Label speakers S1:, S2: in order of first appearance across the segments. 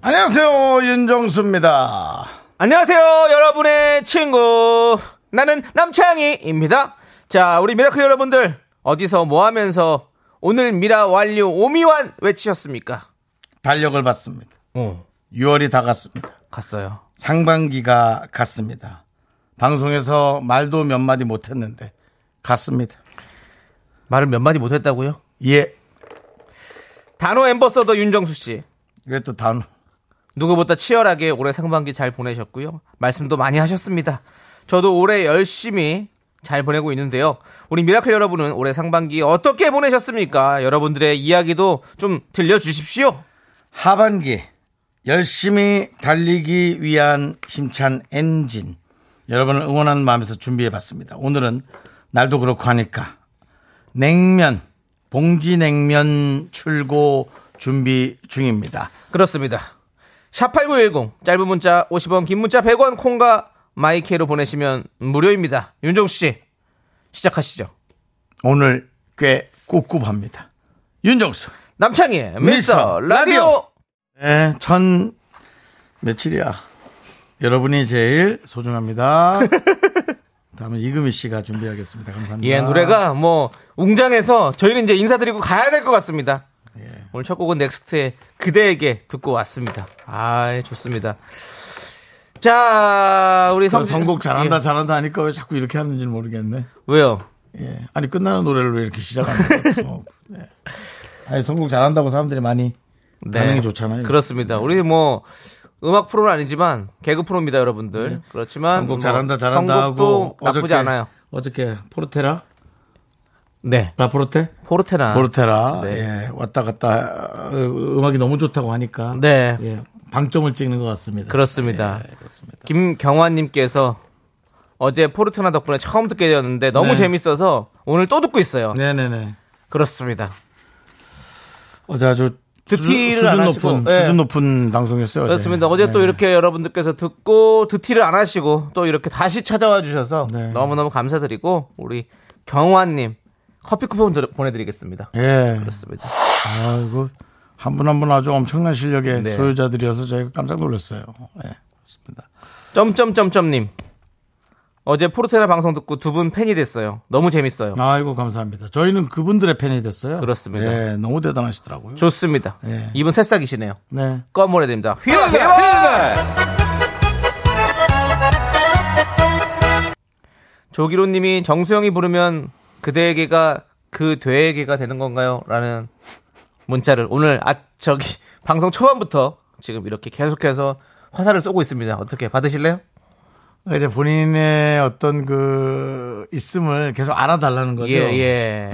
S1: 안녕하세요 윤정수입니다
S2: 안녕하세요, 여러분의 친구. 나는 남창희입니다. 자, 우리 미라클 여러분들, 어디서 뭐 하면서 오늘 미라 완료 오미완 외치셨습니까?
S1: 달력을 봤습니다
S2: 어,
S1: 6월이 다 갔습니다
S2: 갔어요.
S1: 상반기가 갔습니다 방송에서 말도 몇 마디 못했는데 갔습니다
S2: 말을 몇 마디 못했다고요?
S1: 예
S2: 단호 엠버서더 윤정수 씨.
S1: 그래 또 다음
S2: 누구보다 치열하게 올해 상반기 잘 보내셨고요. 말씀도 많이 하셨습니다. 저도 올해 열심히 잘 보내고 있는데요. 우리 미라클 여러분은 올해 상반기 어떻게 보내셨습니까? 여러분들의 이야기도 좀 들려주십시오.
S1: 하반기 열심히 달리기 위한 힘찬 엔진 여러분을 응원하는 마음에서 준비해봤습니다. 오늘은 날도 그렇고 하니까 냉면 봉지 냉면 출고 준비 중입니다.
S2: 그렇습니다. 샵8910 짧은 문자 50원 긴 문자 100원 콩과 마이케로 보내시면 무료입니다. 윤종수 씨 시작하시죠.
S1: 오늘 꽤 꿉꿉합니다. 윤정수.
S2: 남창희의
S1: 미스터
S2: 미스터
S1: 라디오.
S2: 라디오
S1: 예, 천 며칠이야. 여러분이 제일 소중합니다. 다음은 이금희 씨가 준비하겠습니다. 감사합니다.
S2: 예 노래가 뭐 웅장해서 저희는 이제 인사드리고 가야 될 것 같습니다.
S1: 예.
S2: 오늘 첫 곡은 넥스트의 그대에게 듣고 왔습니다. 아 예, 좋습니다. 자 우리
S1: 저
S2: 성
S1: 선곡 잘한다
S2: 예.
S1: 잘한다 하니까 왜 자꾸 이렇게 하는지는 모르겠네.
S2: 왜요?
S1: 예. 아니 끝나는 노래를 왜 이렇게 시작하는 거지? 예. 아니 선곡 잘한다고 사람들이 많이 반응이 좋잖아요.
S2: 네.
S1: 네.
S2: 그렇습니다. 우리 뭐 음악 프로는 아니지만 개그 프로입니다, 여러분들. 그렇지만
S1: 선곡
S2: 뭐
S1: 네. 잘한다 잘한다 하고
S2: 선곡도 나쁘지
S1: 어저께-
S2: 않아요.
S1: 어저께 포르테라
S2: 네,
S1: 라포르테
S2: 포르테나.
S1: 포르테라
S2: 아, 네.
S1: 예. 왔다 갔다 어, 음악이 너무 좋다고 하니까
S2: 네.
S1: 예. 방점을 찍는 것 같습니다.
S2: 그렇습니다.
S1: 예, 그렇습니다.
S2: 김경환님께서 어제 포르테나 덕분에 처음 듣게 되었는데 너무
S1: 네.
S2: 재밌어서 오늘 또 듣고 있어요.
S1: 네네네.
S2: 그렇습니다.
S1: 어제 아주 수준,
S2: 득티를
S1: 수준
S2: 안 하시고,
S1: 높은
S2: 예.
S1: 수준 높은 방송이었어요. 어제.
S2: 그렇습니다. 어제 또
S1: 네.
S2: 이렇게 여러분들께서 듣고 드티를 안 하시고 또 이렇게 다시 찾아와 주셔서
S1: 네.
S2: 너무너무 감사드리고 우리 경환님 커피 쿠폰 드- 보내드리겠습니다.
S1: 예.
S2: 그렇습니다.
S1: 아이고 한 분 한 분 아주 엄청난 실력의
S2: 네.
S1: 소유자들이어서 저희가 깜짝 놀랐어요. 예, 그렇습니다.
S2: 점점점점님 어제 포르테나 방송 듣고 두 분 팬이 됐어요. 너무 재밌어요.
S1: 아이고 감사합니다. 저희는 그분들의 팬이 됐어요.
S2: 그렇습니다.
S1: 예, 너무 대단하시더라고요.
S2: 좋습니다.
S1: 예.
S2: 이분 새싹이시네요.
S1: 네.
S2: 껌 보내드립니다. 휘발 휘발 조기로님이 정수영이 부르면 그대에게가 그 되에게가 되는 건가요? 라는 문자를 오늘 아 저기 방송 초반부터 지금 이렇게 계속해서 화살을 쏘고 있습니다. 어떻게 받으실래요?
S1: 그러니까 이제 본인의 어떤 그 있음을 계속 알아달라는 거죠.
S2: 예 예.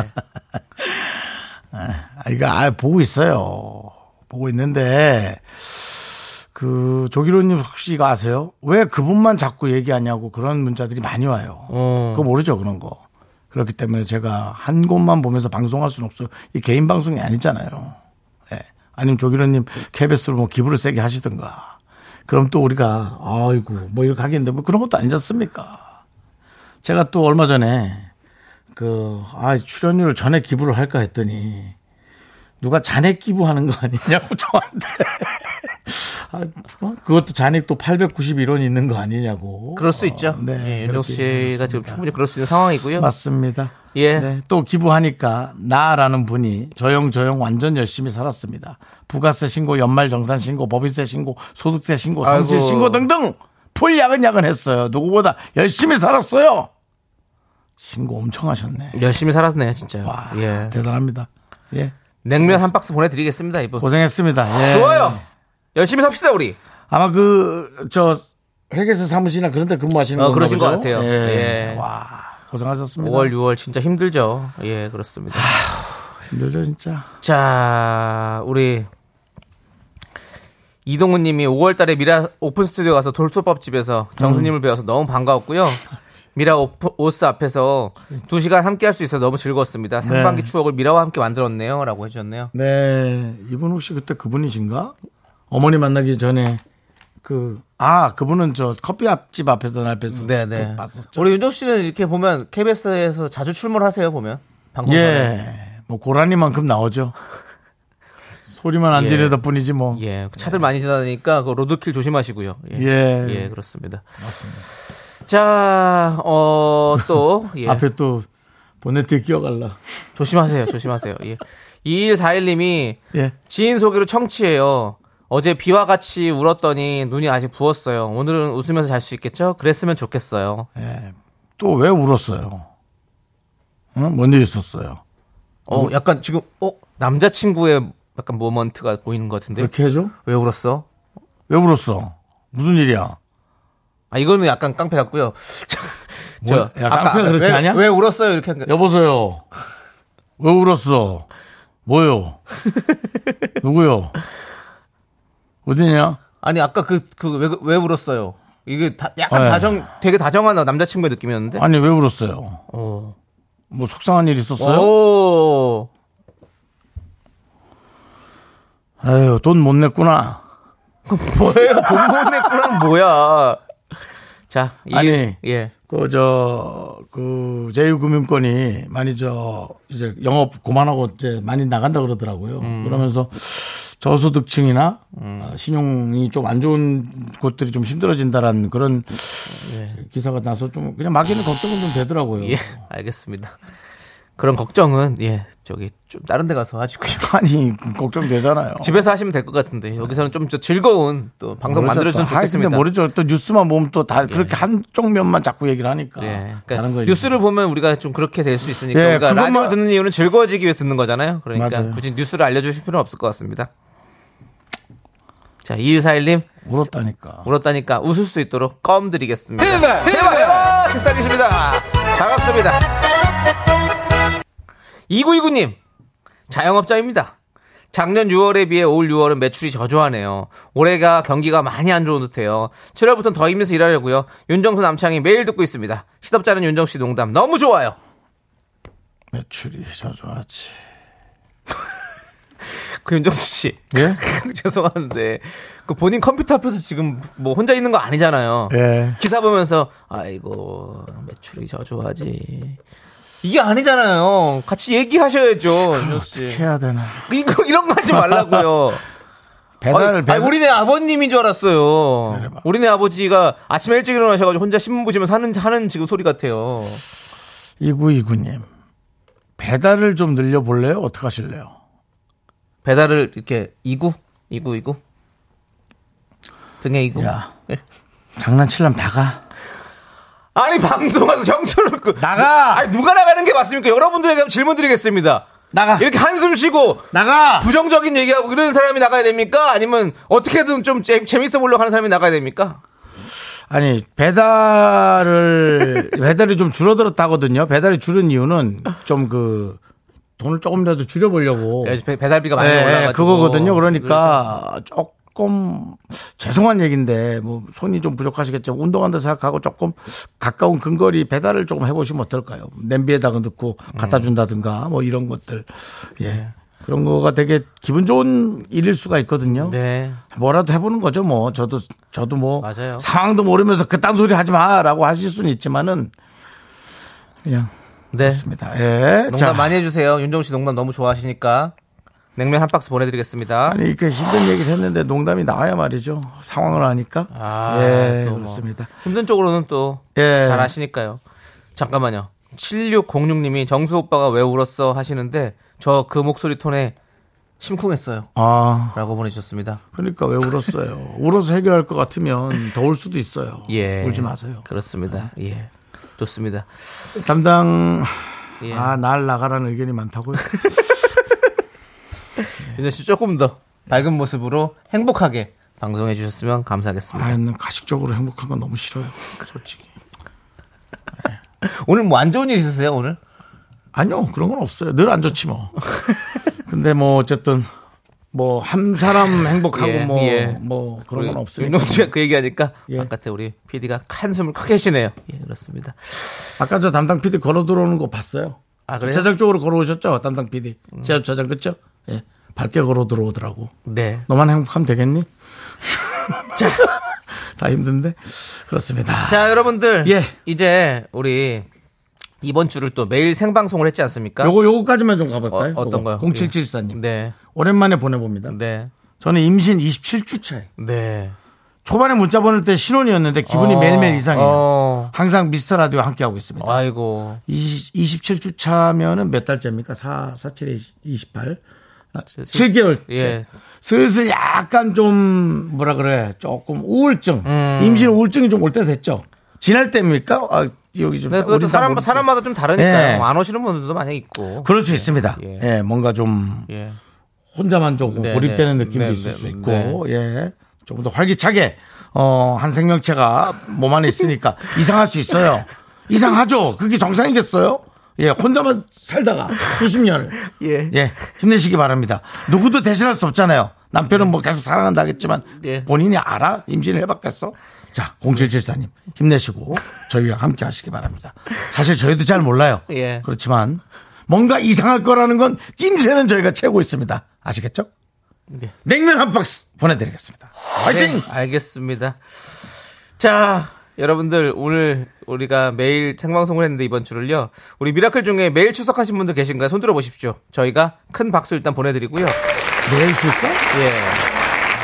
S1: 아, 이거 아 보고 있어요. 보고 있는데 그 조기로님 혹시 이거 아세요? 왜 그분만 자꾸 얘기하냐고 그런 문자들이 많이 와요.
S2: 어.
S1: 그거 모르죠 그런 거. 그렇기 때문에 제가 한 곳만 보면서 방송할 수는 없어요. 이 개인 방송이 아니잖아요. 예. 아니면 조기로님 KBS로 뭐 기부를 세게 하시든가. 그럼 또 우리가 아이고 뭐 이렇게 하겠는데 뭐 그런 것도 아니지 않습니까? 제가 또 얼마 전에 그, 아, 출연료를 전액 기부를 할까 했더니, 누가 잔액 기부하는 거 아니냐고 저한테. 아, 어? 그것도 잔액도 891원 있는 거 아니냐고.
S2: 그럴 수 있죠.
S1: 어, 네.
S2: 예, 윤정 씨가 지금 충분히 그럴 수 있는 상황이고요.
S1: 맞습니다.
S2: 예.
S1: 네, 또 기부하니까 나라는 분이 조용조용 완전 열심히 살았습니다. 부가세 신고, 연말 정산 신고, 법인세 신고, 소득세 신고, 성실
S2: 아이고.
S1: 신고 등등 풀 야근야근 했어요. 누구보다 열심히 살았어요. 신고 엄청 하셨네.
S2: 열심히 살았네요, 진짜.
S1: 와,
S2: 예.
S1: 대단합니다. 예.
S2: 냉면 한 박스 보내드리겠습니다, 이분.
S1: 고생했습니다. 예.
S2: 좋아요. 열심히 삽시다 우리.
S1: 아마 그, 저, 회계사 사무실이나 그런 데 근무하시는
S2: 어,
S1: 건가
S2: 그러신
S1: 보죠?
S2: 것 같아요. 예.
S1: 와, 고생하셨습니다.
S2: 5월, 6월 진짜 힘들죠. 예, 그렇습니다.
S1: 힘들죠, 진짜.
S2: 자, 우리 이동훈 님이 5월 달에 미라 오픈 스튜디오 가서 돌솥밥 집에서 정수님을 배워서 너무 반가웠고요. 미라 오프, 오스 앞에서 두시간 함께 할 수 있어서 너무 즐거웠습니다. 상반기 추억을 미라와 함께 만들었네요. 라고 해주셨네요.
S1: 네. 이분 혹시 그때 그분이신가? 어머니 만나기 전에 그, 아, 그분은 저 커피 앞집 앞에서 날 뵀었,
S2: 네네.
S1: 봤었죠.
S2: 우리 윤정 씨는 이렇게 보면 KBS에서 자주 출몰하세요. 보면. 방송에.
S1: 예. 뭐 고라니만큼 나오죠. 소리만 안
S2: 예.
S1: 지르다 뿐이지 뭐. 예.
S2: 예, 그 차들 많이 지나다니까 그 로드킬 조심하시고요. 예,
S1: 예.
S2: 예, 그렇습니다. 자, 어, 또 예.
S1: 앞에 또 보네트에 끼어갈라.
S2: 조심하세요, 조심하세요. 예. 2141님이
S1: 예.
S2: 지인 소개로 청취해요. 어제 비와 같이 울었더니 눈이 아직 부었어요. 오늘은 웃으면서 잘 수 있겠죠? 그랬으면 좋겠어요.
S1: 예. 또 왜 울었어요? 응? 뭔일 있었어요?
S2: 어, 약간 지금 어 남자친구의 약간 모먼트가 보이는 것 같은데
S1: 이렇게 해줘?
S2: 왜 울었어?
S1: 왜 울었어? 무슨 일이야?
S2: 아 이거는 약간 깡패 같고요. 저,
S1: 뭐, 야, 깡패가 그렇게
S2: 왜,
S1: 하냐?
S2: 왜 울었어요? 이렇게 한 거.
S1: 여보세요. 왜 울었어? 뭐요? 누구요? 어디냐?
S2: 아니 아까 그 그 왜 왜 울었어요? 이게 다, 약간
S1: 네.
S2: 다정 되게 다정한 남자친구의 느낌이었는데.
S1: 아니 왜 울었어요?
S2: 오.
S1: 뭐 속상한 일 있었어요?
S2: 오.
S1: 아유 돈 못 냈구나.
S2: 뭐예요? 돈 못 냈구랑 뭐야? 자, 이,
S1: 아니.
S2: 예.
S1: 그 저 그 제휴금융권이 많이 저 이제 영업 고만하고 이제 많이 나간다 그러더라고요.
S2: 음.
S1: 그러면서 저소득층이나 어, 신용이 좀 안 좋은 곳들이 좀 힘들어진다라는 그런 기사가 나서 좀 그냥 막연히 걱정은 좀 되더라고요.
S2: 예, 알겠습니다. 그런 걱정은 예, 저기 좀 다른 데 가서 하시고요.
S1: 아니 걱정되잖아요.
S2: 집에서 하시면 될 것 같은데 여기서는 좀 저 즐거운 또 방송 만들어 주면
S1: 모르죠. 아,
S2: 좋겠습니다.
S1: 근데 모르죠. 또 뉴스만 보면 또 다 그렇게 한쪽 면만 자꾸 얘기를 하니까.
S2: 예.
S1: 다른
S2: 그러니까
S1: 거
S2: 뉴스를 보면 우리가 좀 그렇게 될 수 있으니까
S1: 예,
S2: 우리가
S1: 그것만-
S2: 라디오 듣는 이유는 즐거워지기 위해 듣는 거잖아요. 그러니까
S1: 맞아요.
S2: 굳이 뉴스를 알려주실 필요는 없을 것 같습니다. 자, 2141님
S1: 울었다니까.
S2: 어. 울었다니까 웃을 수 있도록 껌 드리겠습니다. 대박! 대박! 식사기십니다. 아, 반갑습니다. 2929님, 자영업자입니다. 작년 6월에 비해 올 6월은 매출이 저조하네요. 올해가 경기가 많이 안 좋은 듯해요. 7월부터는 더 힘내서 일하려고요. 윤정수 남창이 매일 듣고 있습니다. 시덥잖은 윤정씨 농담 너무 좋아요.
S1: 매출이 저조하지.
S2: 그 윤정수 씨.
S1: 예?
S2: 죄송한데 그 본인 컴퓨터 앞에서 지금 뭐 혼자 있는 거 아니잖아요.
S1: 예.
S2: 기사 보면서 아이고 매출이 저조하지 이게 아니잖아요. 같이 얘기하셔야죠, 윤정 씨.
S1: 해야 되나.
S2: 이거 이런 거 하지 말라고요.
S1: 배달을
S2: 아니, 아니, 우리네 아버님인 줄 알았어요.
S1: 기다려봐.
S2: 우리네 아버지가 아침에 일찍 일어나셔가지고 혼자 신문 보시면서 하는 하는 지금 소리 같아요.
S1: 이구이구님 배달을 좀 늘려볼래요? 어떻게 하실래요?
S2: 배달을 이렇게 이구 이구 이구 등에 이구.
S1: 야.
S2: 네.
S1: 장난치려면 나가.
S2: 아니 방송 와서 형처럼 그-
S1: 나가!
S2: 아니 누가 나가는 게 맞습니까? 여러분들에게 한번 질문 드리겠습니다.
S1: 나가.
S2: 이렇게 한숨 쉬고
S1: 나가.
S2: 부정적인 얘기하고 이런 사람이 나가야 됩니까? 아니면 어떻게든 좀 재, 재밌어 보려고 하는 사람이 나가야 됩니까?
S1: 아니 배달을 배달이 좀 줄어들었다거든요. 배달이 줄은 이유는 좀 그 돈을 조금이라도 줄여보려고.
S2: 예, 배, 배달비가 많이
S1: 어. 네,
S2: 올라가지고 그렇죠.
S1: 그거거든요. 그러니까 조금 죄송한 얘기인데 뭐 손이 좀 부족하시겠지만 운동한다 생각하고 조금 가까운 근거리 배달을 조금 해보시면 어떨까요? 냄비에다가 넣고 갖다
S2: 음.
S1: 준다든가 뭐 이런 것들
S2: 네.
S1: 예 그런 거가 되게 기분 좋은 일일 수가 있거든요.
S2: 네.
S1: 뭐라도 해보는 거죠. 뭐 저도 저도 뭐
S2: 맞아요.
S1: 상황도 모르면서 그딴 소리 하지 마라고 하실 수는 있지만은 그냥
S2: 네.
S1: 입니다. 예.
S2: 농담
S1: 자,
S2: 많이 해주세요. 윤정 씨 농담 너무 좋아하시니까 냉면 한 박스 보내드리겠습니다.
S1: 아니 이렇게 힘든 얘기를 했는데 농담이 나와야 말이죠. 상황을 아니까.
S2: 아,
S1: 예,
S2: 또 뭐.
S1: 그렇습니다.
S2: 힘든 쪽으로는 또
S1: 예.
S2: 잘 아시니까요. 잠깐만요. 7606님이 정수 오빠가 왜 울었어 하시는데 저 그 목소리 톤에 심쿵했어요.
S1: 아,
S2: 라고 보내주셨습니다.
S1: 그러니까 왜 울었어요? 울어서 해결할 것 같으면 더울 수도 있어요.
S2: 예.
S1: 울지 마세요. 네.
S2: 그렇습니다. 예. 좋습니다.
S1: 담당
S2: 그- 예.
S1: 아, 날 나가라는 의견이 많다고요.
S2: 윤정 씨 조금 더 밝은 모습으로 행복하게 방송해 주셨으면 감사하겠습니다.
S1: 아, 는 가식적으로 행복한 건 너무 싫어요. 솔직히.
S2: 오늘 뭐 안 좋은 일 있으세요, 오늘?
S1: 아니요, 그런 건 없어요. 늘 안 좋지 뭐. 근데 뭐 어쨌든 뭐 한 사람 행복하고
S2: 예,
S1: 뭐 뭐
S2: 예.
S1: 그런 건 없으니까.
S2: 윤동 씨가 그 얘기하니까
S1: 예.
S2: 바깥에 우리 PD가 한숨을 크게 쉬네요. 예, 그렇습니다.
S1: 아까 저 담당 PD 걸어 들어오는 거 봤어요.
S2: 아, 그래요? 음.
S1: 주차장 쪽으로 걸어오셨죠, 담당 PD. 제 주차장 그죠? 예. 밝게 걸어 들어오더라고.
S2: 네.
S1: 너만 행복하면 되겠니? 자, 다 힘든데 그렇습니다.
S2: 자, 여러분들.
S1: 예.
S2: 이제 우리 이번 주를 또 매일 생방송을 했지 않습니까?
S1: 요거 요거까지만 좀 가볼까요?
S2: 어, 어떤 거요?
S1: 0774님
S2: 네.
S1: 오랜만에 보내봅니다.
S2: 네.
S1: 저는 임신 27주 차에
S2: 네.
S1: 초반에 문자 보낼 때 신혼이었는데 기분이
S2: 어,
S1: 매일매일 이상해요.
S2: 어.
S1: 항상 미스터 라디오와 함께하고 있습니다.
S2: 아이고.
S1: 27주 차면은 몇 달째입니까? 4, 4, 7, 28. 아, 7개월.
S2: 예.
S1: 째 슬슬 약간 좀, 뭐라 그래. 조금 우울증.
S2: 음.
S1: 임신 우울증이 좀 올 때 됐죠. 지날 때입니까? 아, 여기 좀.
S2: 네, 그것도
S1: 어린다
S2: 사람,
S1: 모르겠어요.
S2: 사람마다 좀 다르니까요.
S1: 예.
S2: 뭐안 오시는 분들도 많이 있고.
S1: 그럴 수 있습니다. 예.
S2: 예.
S1: 뭔가 좀
S2: 예.
S1: 혼자만 조금
S2: 네,
S1: 고립되는
S2: 네.
S1: 느낌도
S2: 네,
S1: 있을
S2: 네,
S1: 수 있고, 예. 조금 더 활기차게, 어, 한 생명체가 몸 안에 있으니까 이상할 수 있어요. 이상하죠? 그게 정상이겠어요? 예, 혼자만 살다가 수십 년을. 예. 힘내시기 바랍니다. 누구도 대신할 수 없잖아요. 남편은 뭐 계속 사랑한다 하겠지만,
S2: 예.
S1: 본인이 알아? 임신을 해봤겠어? 자, 0774님, 힘내시고 저희와 함께 하시기 바랍니다. 사실 저희도 잘 몰라요.
S2: 예.
S1: 그렇지만 뭔가 이상할 거라는 건 낌새는 저희가 채우고 있습니다. 아시겠죠?
S2: 네.
S1: 냉면 한 박스 보내드리겠습니다. 화이팅!
S2: 네, 알겠습니다. 자, 여러분들 오늘 우리가 매일 생방송을 했는데 이번 주를요. 우리 미라클 중에 매일 출석하신 분들 계신가요? 손 들어 보십시오. 저희가 큰 박수 일단 보내드리고요.
S1: 내일 출석?
S2: 예.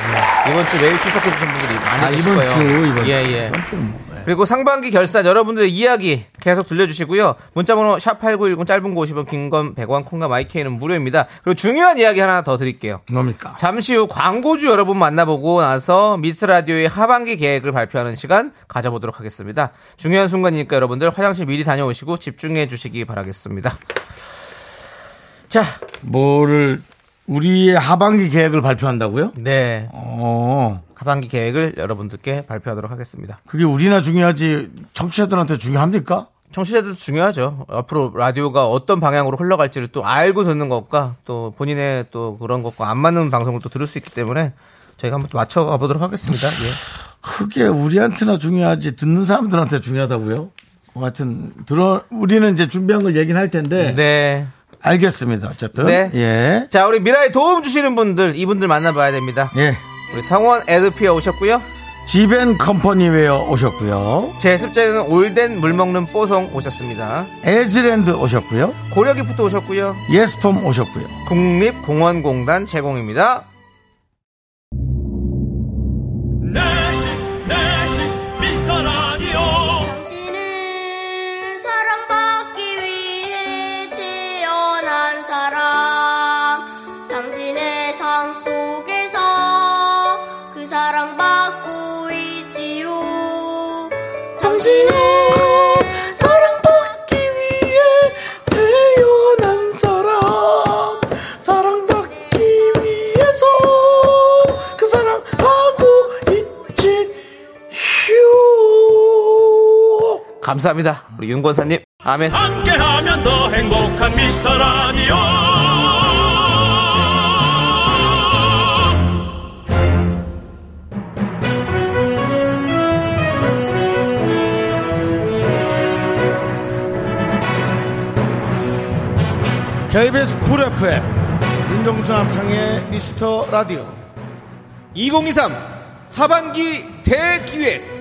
S2: 음, 이번 주 매일 출석해 주신 분들이 많이
S1: 아,
S2: 계실
S1: 이번
S2: 거예요.
S1: 주, 이번
S2: 예,
S1: 주.
S2: 예.
S1: 이번 주 뭐, 예.
S2: 그리고 상반기 결산 여러분들의 이야기 계속 들려주시고요. 문자번호 샵8910 짧은 거 50원, 긴 건 100원, 콩과 마이케이는 무료입니다. 그리고 중요한 이야기 하나 더 드릴게요.
S1: 뭡니까?
S2: 잠시 후 광고주 여러분 만나보고 나서 미스 라디오의 하반기 계획을 발표하는 시간 가져보도록 하겠습니다. 중요한 순간이니까 여러분들 화장실 미리 다녀오시고 집중해 주시기 바라겠습니다. 자,
S1: 뭐를, 우리의 하반기 계획을 발표한다고요?
S2: 네.
S1: 어,
S2: 하반기 계획을 여러분들께 발표하도록 하겠습니다.
S1: 그게 우리나 중요하지, 청취자들한테 중요합니까?
S2: 청취자들도 중요하죠. 앞으로 라디오가 어떤 방향으로 흘러갈지를 또 알고 듣는 것과 또 본인의 또 그런 것과 안 맞는 방송을 또 들을 수 있기 때문에 저희가 한번 또 맞춰가 보도록 하겠습니다. 예.
S1: 그게 우리한테나 중요하지, 듣는 사람들한테 중요하다고요? 뭐 하여튼, 들어, 우리는 이제 준비한 걸 얘기는 할 텐데,
S2: 네.
S1: 알겠습니다. 어쨌든,
S2: 네.
S1: 예.
S2: 자, 우리 미라에 도움 주시는 분들, 이분들 만나봐야 됩니다.
S1: 예.
S2: 우리 성원 에드피어 오셨고요.
S1: 지벤 컴퍼니웨어 오셨고요.
S2: 제습제는 올덴 물 먹는 뽀송 오셨습니다.
S1: 에즈랜드 오셨고요.
S2: 고려기프트 오셨고요.
S1: 예스폼 오셨고요.
S2: 국립공원공단 제공입니다.
S3: 내시 내시 미스터 라디오
S4: 당신은 사랑받기 위해 태어난 사람 당신의 삶 속에서 그 사랑받고 있지요 당신은 사랑받기 위해
S1: 태어난 사람 사랑받기 위해서 그 사랑하고 있지 휴
S2: 감사합니다. 우리 윤권사님. 아멘.
S3: 함께하면 더 행복한 미스터 라디오
S1: KBS 쿨 FM 윤정수 남창의 미스터 라디오
S2: 2023 하반기 대기획.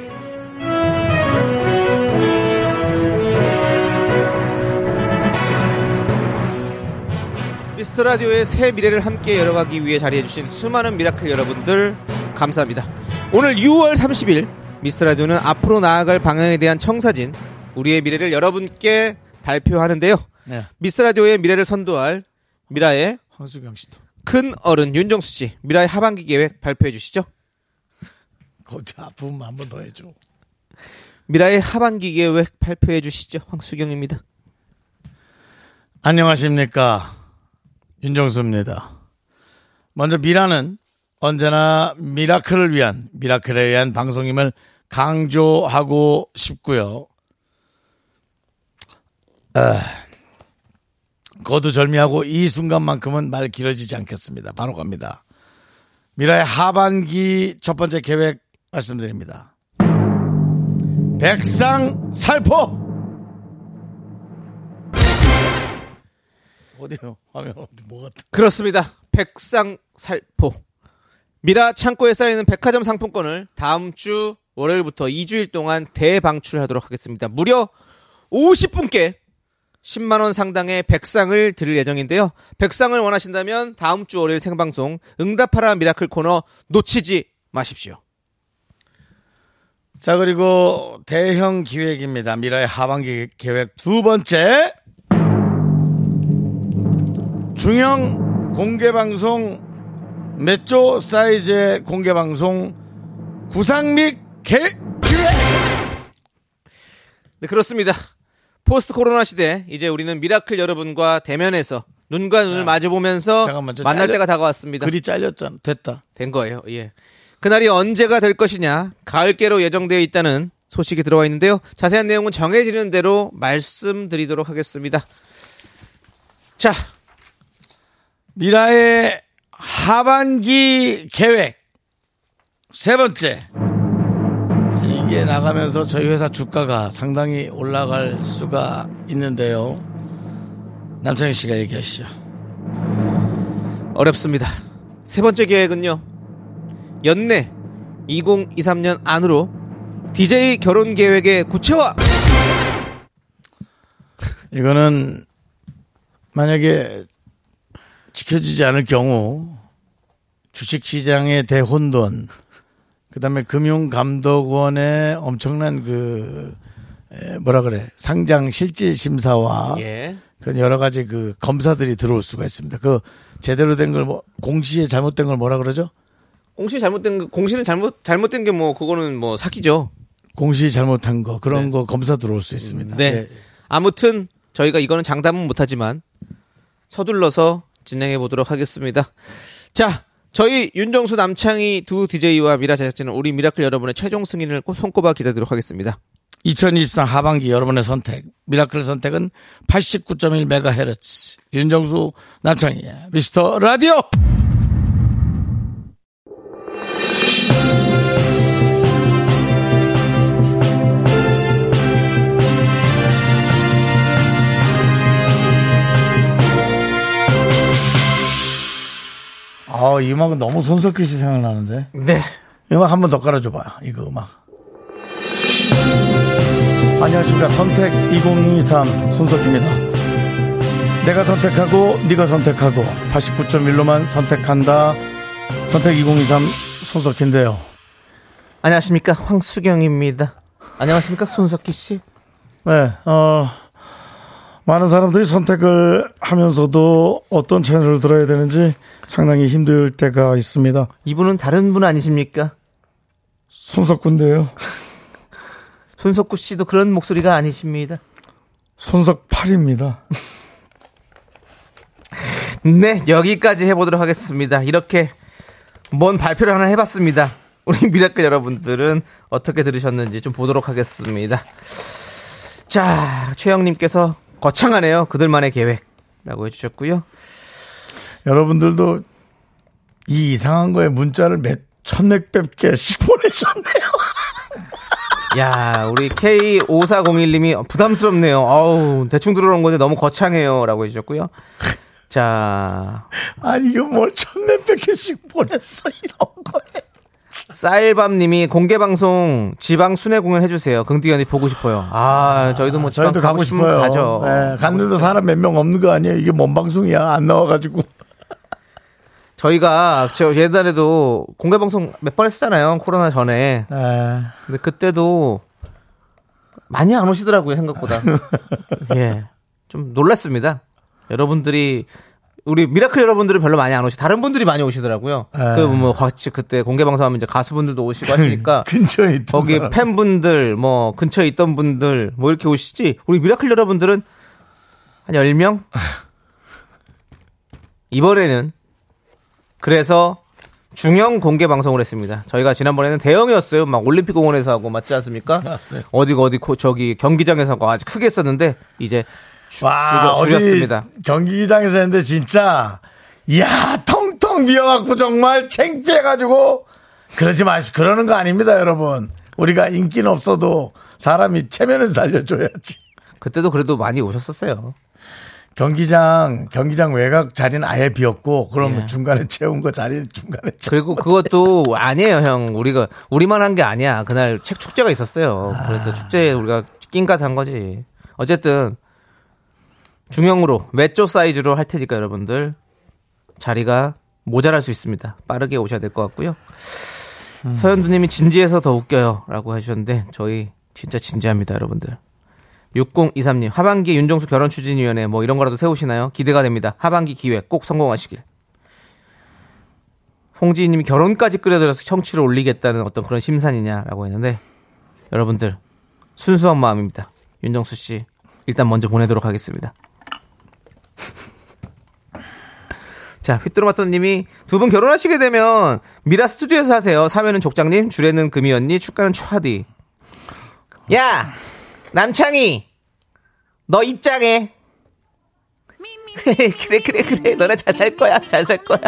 S2: 미스터 라디오의 새 미래를 함께 열어가기 위해 자리해주신 수많은 미라클 여러분들 감사합니다. 오늘 6월 30일 미스터 라디오는 앞으로 나아갈 방향에 대한 청사진 우리의 미래를 여러분께 발표하는데요.
S1: 네.
S2: 미스터 라디오의 미래를 선도할 미라의
S1: 황수경 씨도
S2: 큰 어른 윤정수 씨 미라의 하반기 계획 발표해 주시죠.
S1: 거자 아픔 어, 한번 더 해줘
S2: 미라의 하반기 계획 발표해 주시죠. 황수경입니다.
S1: 안녕하십니까. 윤정수입니다. 먼저 미라는 언제나 미라클을 위한, 미라클에 의한 방송임을 강조하고 싶고요. 아, 거두절미하고 이 순간만큼은 말 길어지지 않겠습니다. 바로 갑니다. 미라의 하반기 첫 번째 계획 말씀드립니다. 백상 살포! 어디요? 화면 어디 뭐 같은?
S2: 그렇습니다. 백상살포. 미라 창고에 쌓이는 백화점 상품권을 다음 주 월요일부터 2주일 동안 대방출하도록 하겠습니다. 무려 50분께 10만원 상당의 백상을 드릴 예정인데요. 백상을 원하신다면 다음 주 월요일 생방송 응답하라 미라클 코너 놓치지 마십시오.
S1: 자, 그리고 대형 기획입니다. 미라의 하반기 계획 두 번째. 중형 공개방송 몇 조 사이즈의 공개방송 구상 및 계- 기획!
S2: 네, 그렇습니다. 포스트 코로나 시대 이제 우리는 미라클 여러분과 대면에서 눈과 눈을 마주보면서
S1: 네. 잠깐만, 저
S2: 만날
S1: 잘려-
S2: 때가 다가왔습니다.
S1: 글이 잘렸잖아. 됐다.
S2: 된 거예요. 예. 그날이 언제가 될 것이냐, 가을께로 예정되어 있다는 소식이 들어와 있는데요. 자세한 내용은 정해지는 대로 말씀드리도록 하겠습니다. 자,
S1: 미라의 하반기 계획 세 번째 이게 나가면서 저희 회사 주가가 상당히 올라갈 수가 있는데요 남창희 씨가 얘기하시죠
S2: 어렵습니다. 세 번째 계획은요. 연내 2023년 안으로 DJ 결혼 계획의 구체화!
S1: 이거는 만약에 지켜지지 않을 경우 주식시장의 대혼돈 그다음에 금융감독원의 엄청난 그 에, 뭐라 그래 상장 실질 심사와
S2: 예.
S1: 그런 여러 가지 그 검사들이 들어올 수가 있습니다. 그 제대로 된 걸 뭐, 공시에 잘못된 걸 뭐라 그러죠?
S2: 공시 잘못된, 거- 공시는 잘못, 잘못된 게 뭐, 그거는 뭐, 사기죠.
S1: 공시 잘못한 거 네. 그런 거 검사 들어올 수 있습니다.
S2: 네.
S1: 예.
S2: 아무튼 저희가 이거는 장담은 못하지만 서둘러서 진행해 보도록 하겠습니다. 자, 저희 윤정수 남창희 두 DJ와 미라 제작진은 우리 미라클 여러분의 최종 승인을 꼭 손꼽아 기다리도록 하겠습니다.
S1: 2023 하반기 여러분의 선택 미라클 선택은 89.1MHz 윤정수 남창희의 미스터 라디오 아 이 음악은 너무 손석희 씨 생각나는데
S2: 네.
S1: 음악 한 번 더 깔아줘봐요. 이거 음악. 안녕하십니까. 선택 2023 손석입니다. 내가 선택하고 네가 선택하고 89.1로만 선택한다. 선택 2023 손석인데요.
S2: 안녕하십니까 황수경입니다. 안녕하십니까 손석희 씨.
S1: 네, 어, 많은 사람들이 선택을 하면서도 어떤 채널을 들어야 되는지 상당히 힘들 때가 있습니다.
S2: 이분은 다른 분 아니십니까?
S1: 손석군데요.
S2: 손석구 씨도 그런 목소리가 아니십니다.
S1: 손석팔입니다.
S2: 네, 여기까지 해보도록 하겠습니다. 이렇게 뭔 발표를 하나 해봤습니다. 우리 미라클 여러분들은 어떻게 들으셨는지 좀 보도록 하겠습니다. 자, 최영님께서 거창하네요. 그들만의 계획이라고 해주셨고요.
S1: 여러분들도 이 이상한 거에 문자를 몇 천백 백 개씩 보내셨네요.
S2: 야, 우리 K5401님이 부담스럽네요. 어우, 대충 들어온 건데 너무 거창해요. 라고 해주셨고요. 자,
S1: 아니 이거 뭘 천몇백 개씩 보냈어 이런 거에.
S2: 쌀밤님이 공개방송 지방 순회 공연 해주세요. 긍디언이 보고 싶어요. 아, 저희도 뭐 지방
S1: 저희도 가고
S2: 싶으면
S1: 싶어요.
S2: 가죠.
S1: 네, 갔는데 사람 몇 명 없는 거 아니에요? 이게 뭔 방송이야? 안 나와가지고.
S2: 저희가 저 예전에도 공개방송 몇 번 했잖아요. 코로나 전에.
S1: 네.
S2: 근데 그때도 많이 안 오시더라고요. 생각보다. 예. 좀 놀랐습니다. 여러분들이 우리 미라클 여러분들은 별로 많이 안 오시. 다른 분들이 많이 오시더라고요.
S1: 에.
S2: 그뭐 같이 그때 공개 방송하면 이제 가수분들도 오시고 하시니까
S1: 근처에 있던
S2: 거기
S1: 사람.
S2: 팬분들, 뭐, 근처에 있던 분들, 뭐, 이렇게 오시지. 우리 미라클 여러분들은 한 10명? 이번에는, 그래서 중형 공개 방송을 했습니다. 저희가 지난번에는 대형이었어요. 막 올림픽 공원에서 하고, 맞지 않습니까? 어디가 어디, 고- 저기 경기장에서 하고 아주 크게 했었는데, 이제 줄-
S1: 와
S2: 줄여-
S1: 어디
S2: 줄였습니다.
S1: 경기장에서 했는데 진짜 이야 통통 뻥 비어갖고 정말 창피해가지고 그러지 마십시오. 그러는 거 아닙니다, 여러분. 우리가 인기는 없어도 사람이 체면을 살려줘야지.
S2: 그때도 그래도 많이 오셨었어요.
S1: 경기장 경기장 외곽 자리는 아예 비었고 그럼
S2: 예.
S1: 중간에 채운 거 자리 중간에 채
S2: 그렇죠. 그리고 그것도 아니에요, 형. 우리가 우리만 한 게 아니야. 그날 책 축제가 있었어요. 그래서 축제에 우리가 낑가서 한 거지. 어쨌든 중형으로 외조 사이즈로 할 테니까 여러분들 자리가 모자랄 수 있습니다. 빠르게 오셔야 될 것 같고요. 서현두님이 진지해서 더 웃겨요라고 하셨는데 저희 진짜 진지합니다, 여러분들. 6023님 하반기 윤정수 결혼 추진위원회 뭐 이런 거라도 세우시나요? 기대가 됩니다. 하반기 기획 꼭 성공하시길. 홍지희님이 결혼까지 끌어들여서 청취를 올리겠다는 어떤 그런 심산이냐라고 했는데 여러분들 순수한 마음입니다. 윤정수 씨 일단 먼저 보내도록 하겠습니다. 자 휘뚜루마토님이 두 분 결혼하시게 되면 미라 스튜디오에서 하세요. 사면은 족장님, 주례는 금이 언니, 축가는 추하디. 야 남창희 너 입장해. 그래 그래 그래 너네 잘 살 거야 잘 살 거야.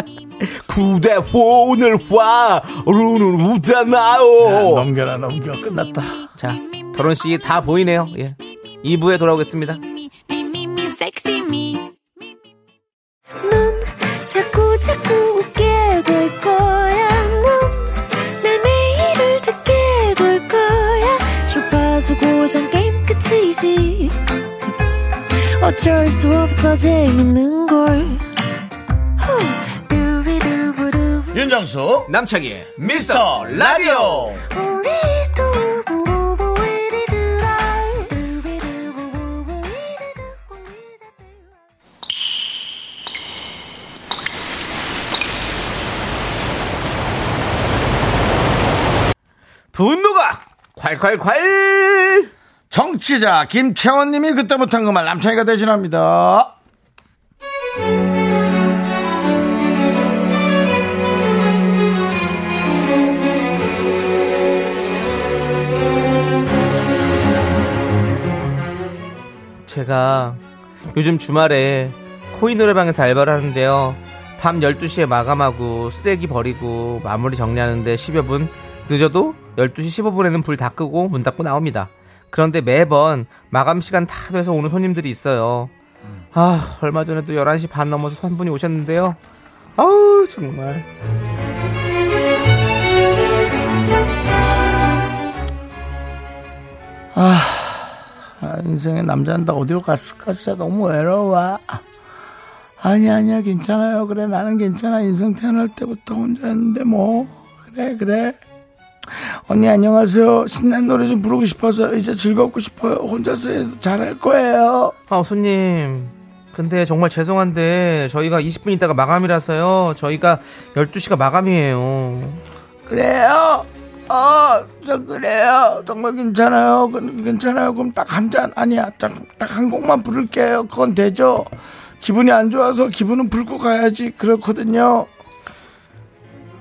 S2: 구대 오늘 와 오늘 우잖아요.
S1: 넘겨라 넘겨 끝났다.
S2: 자 결혼식이 다 보이네요. 예. 2부에 돌아오겠습니다.
S5: me, me, me, me, sexy me. 넌 자꾸 자꾸 웃게 될 거야. 넌내 매일을 듣게 될 거야. 주파수 고정 게임 끝이지. 어쩔 수 없어 재밌는 걸. 후. 두비두부두.
S1: 윤정수
S2: 남창희의
S1: 미스터 라디오
S5: 우리 두부부부 우리 두라. 두비두부부부 우리 두부 우리 두라.
S2: 분노가 콸콸콸
S1: 정치자 김채원님이 그때 못한 그 말 남창이가 대신합니다.
S2: 제가 요즘 주말에 코인 노래방에서 알바를 하는데요. 밤 12시에 마감하고 쓰레기 버리고 마무리 정리하는데 10여 분 늦어도 12시 15분에는 불 다 끄고 문 닫고 나옵니다. 그런데 매번 마감 시간 다 돼서 오는 손님들이 있어요. 아, 얼마 전에도 11시 반 넘어서 한 분이 오셨는데요. 아우, 정말.
S1: 아, 인생의 남자는 다 어디로 갔을까 진짜 너무 외로워. 아니 아니야 괜찮아요. 그래 나는 괜찮아. 인생 태어날 때부터 혼자였는데 뭐 그래 그래. 언니 안녕하세요. 신나는 노래 좀 부르고 싶어서 이제 즐겁고 싶어요. 혼자서 해도 잘할 거예요.
S2: 아, 손님. 근데 정말 죄송한데 저희가 20분 있다가 마감이라서요. 저희가 12시가 마감이에요.
S1: 그래요. 어, 저 그래요. 정말 괜찮아요. 그- 괜찮아요. 그럼 딱 한 잔 아니야. 딱 한 곡만 부를게요. 그건 되죠. 기분이 안 좋아서 기분은 불고 가야지 그렇거든요.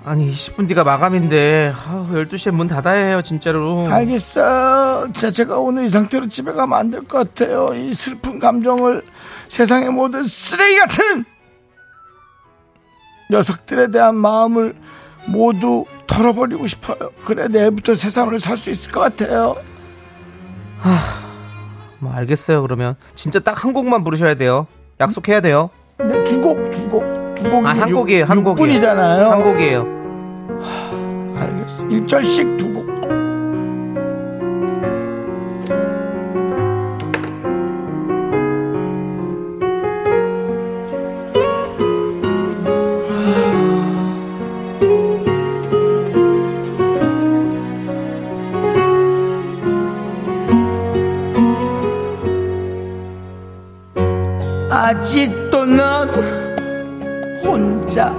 S2: 아니 20분 뒤가 마감인데 아, 12시에 문 닫아야 해요 진짜로
S1: 알겠어. 제- 제가 오늘 이 상태로 집에 가면 안 될 것 같아요. 이 슬픈 감정을 세상의 모든 쓰레기 같은 녀석들에 대한 마음을 모두 털어버리고 싶어요. 그래 내일부터 세상을 살 수 있을 것 같아요.
S2: 뭐 알겠어요 그러면 진짜 딱 한 곡만 부르셔야 돼요 약속해야 돼요
S1: 근데 네, 두 곡, 두 곡, 두 곡이
S2: 아 한 곡이에요 한 곡이에요
S1: 분이잖아요.
S2: 한 곡이에요
S1: 알겠어. 1절씩 두 곡. 아직도 넌 혼자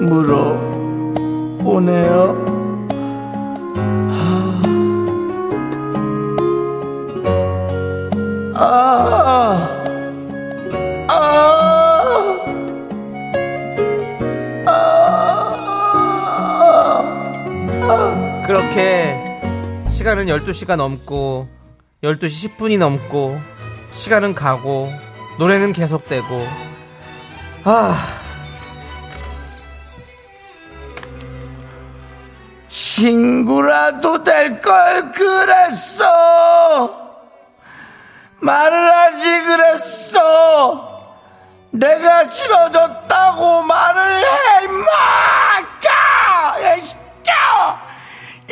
S1: 물어오네요. 아, 아, 아, 아,
S2: 그렇게 시간은 12시가 넘고 12시 10분이 넘고 시간은 가고 노래는 계속되고 아
S1: 친구라도 될 걸 그랬어. 말을 하지 그랬어. 내가 싫어졌다고 말을 해, 임마! 까! 야, 이 새끼야!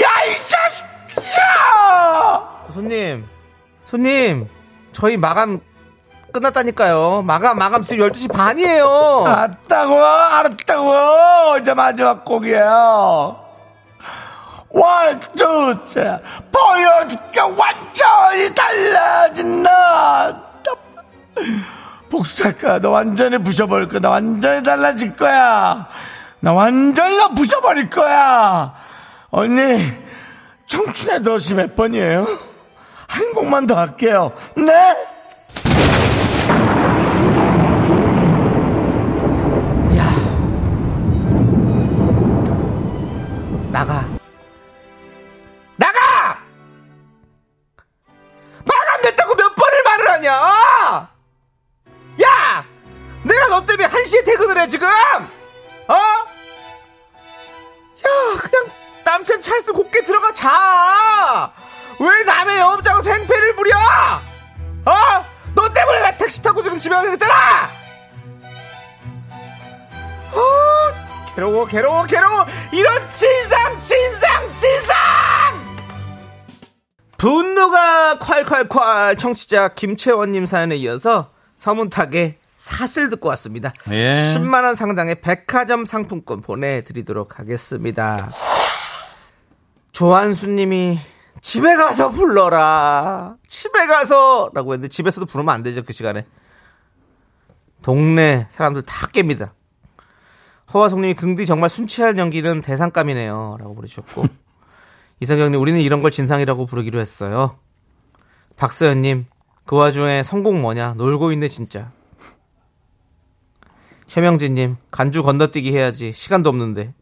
S1: 야, 이 자식아!
S2: 손님, 손님, 저희 마감 끝났다니까요. 마감, 마감 지금 12시 반이에요.
S1: 어. 알았다고, 알았다고! 이제 마지막 곡이에요. 원, 투, 쓰리. 보여줄게, 완전히 달라진 나! 복사가, 너 완전히 부셔버릴 거야. 나 완전히 달라질 거야. 나 완전히 너 부셔버릴 거야. 언니, 청춘의 덫이 몇 번이에요? 한 곡만 더 할게요. 네?
S2: 야. 나가. 나가! 마감됐다고 몇 번을 말을 하냐! 야! 내가 너 때문에 1시에 퇴근을 해, 지금! 어? 야, 그냥 남친 찰스 곱게 들어가 자! 왜 남의 영업장 생패를 부려! 어? 너 때문에 나 택시 타고 지금 집에 가게 됐잖아! 아 진짜 괴로워 괴로워 괴로워 이런 진상 진상 진상 분노가 콸콸콸 청취자 김채원님 사연에 이어서 서문탁의 사슬 듣고 왔습니다
S6: 예.
S2: 10만원 상당의 백화점 상품권 보내드리도록 하겠습니다 조한수님이 집에 가서 불러라 집에 가서 라고 했는데 집에서도 부르면 안 되죠 그 시간에 동네 사람들 다 깹니다 허화송님이 긍디 정말 순치한 연기는 대상감이네요. 라고 보내주셨고. 이성경님, 우리는 이런 걸 진상이라고 부르기로 했어요. 박서연님, 그 와중에 성공 뭐냐? 놀고 있네, 진짜. 최명진님, 간주 건너뛰기 해야지. 시간도 없는데.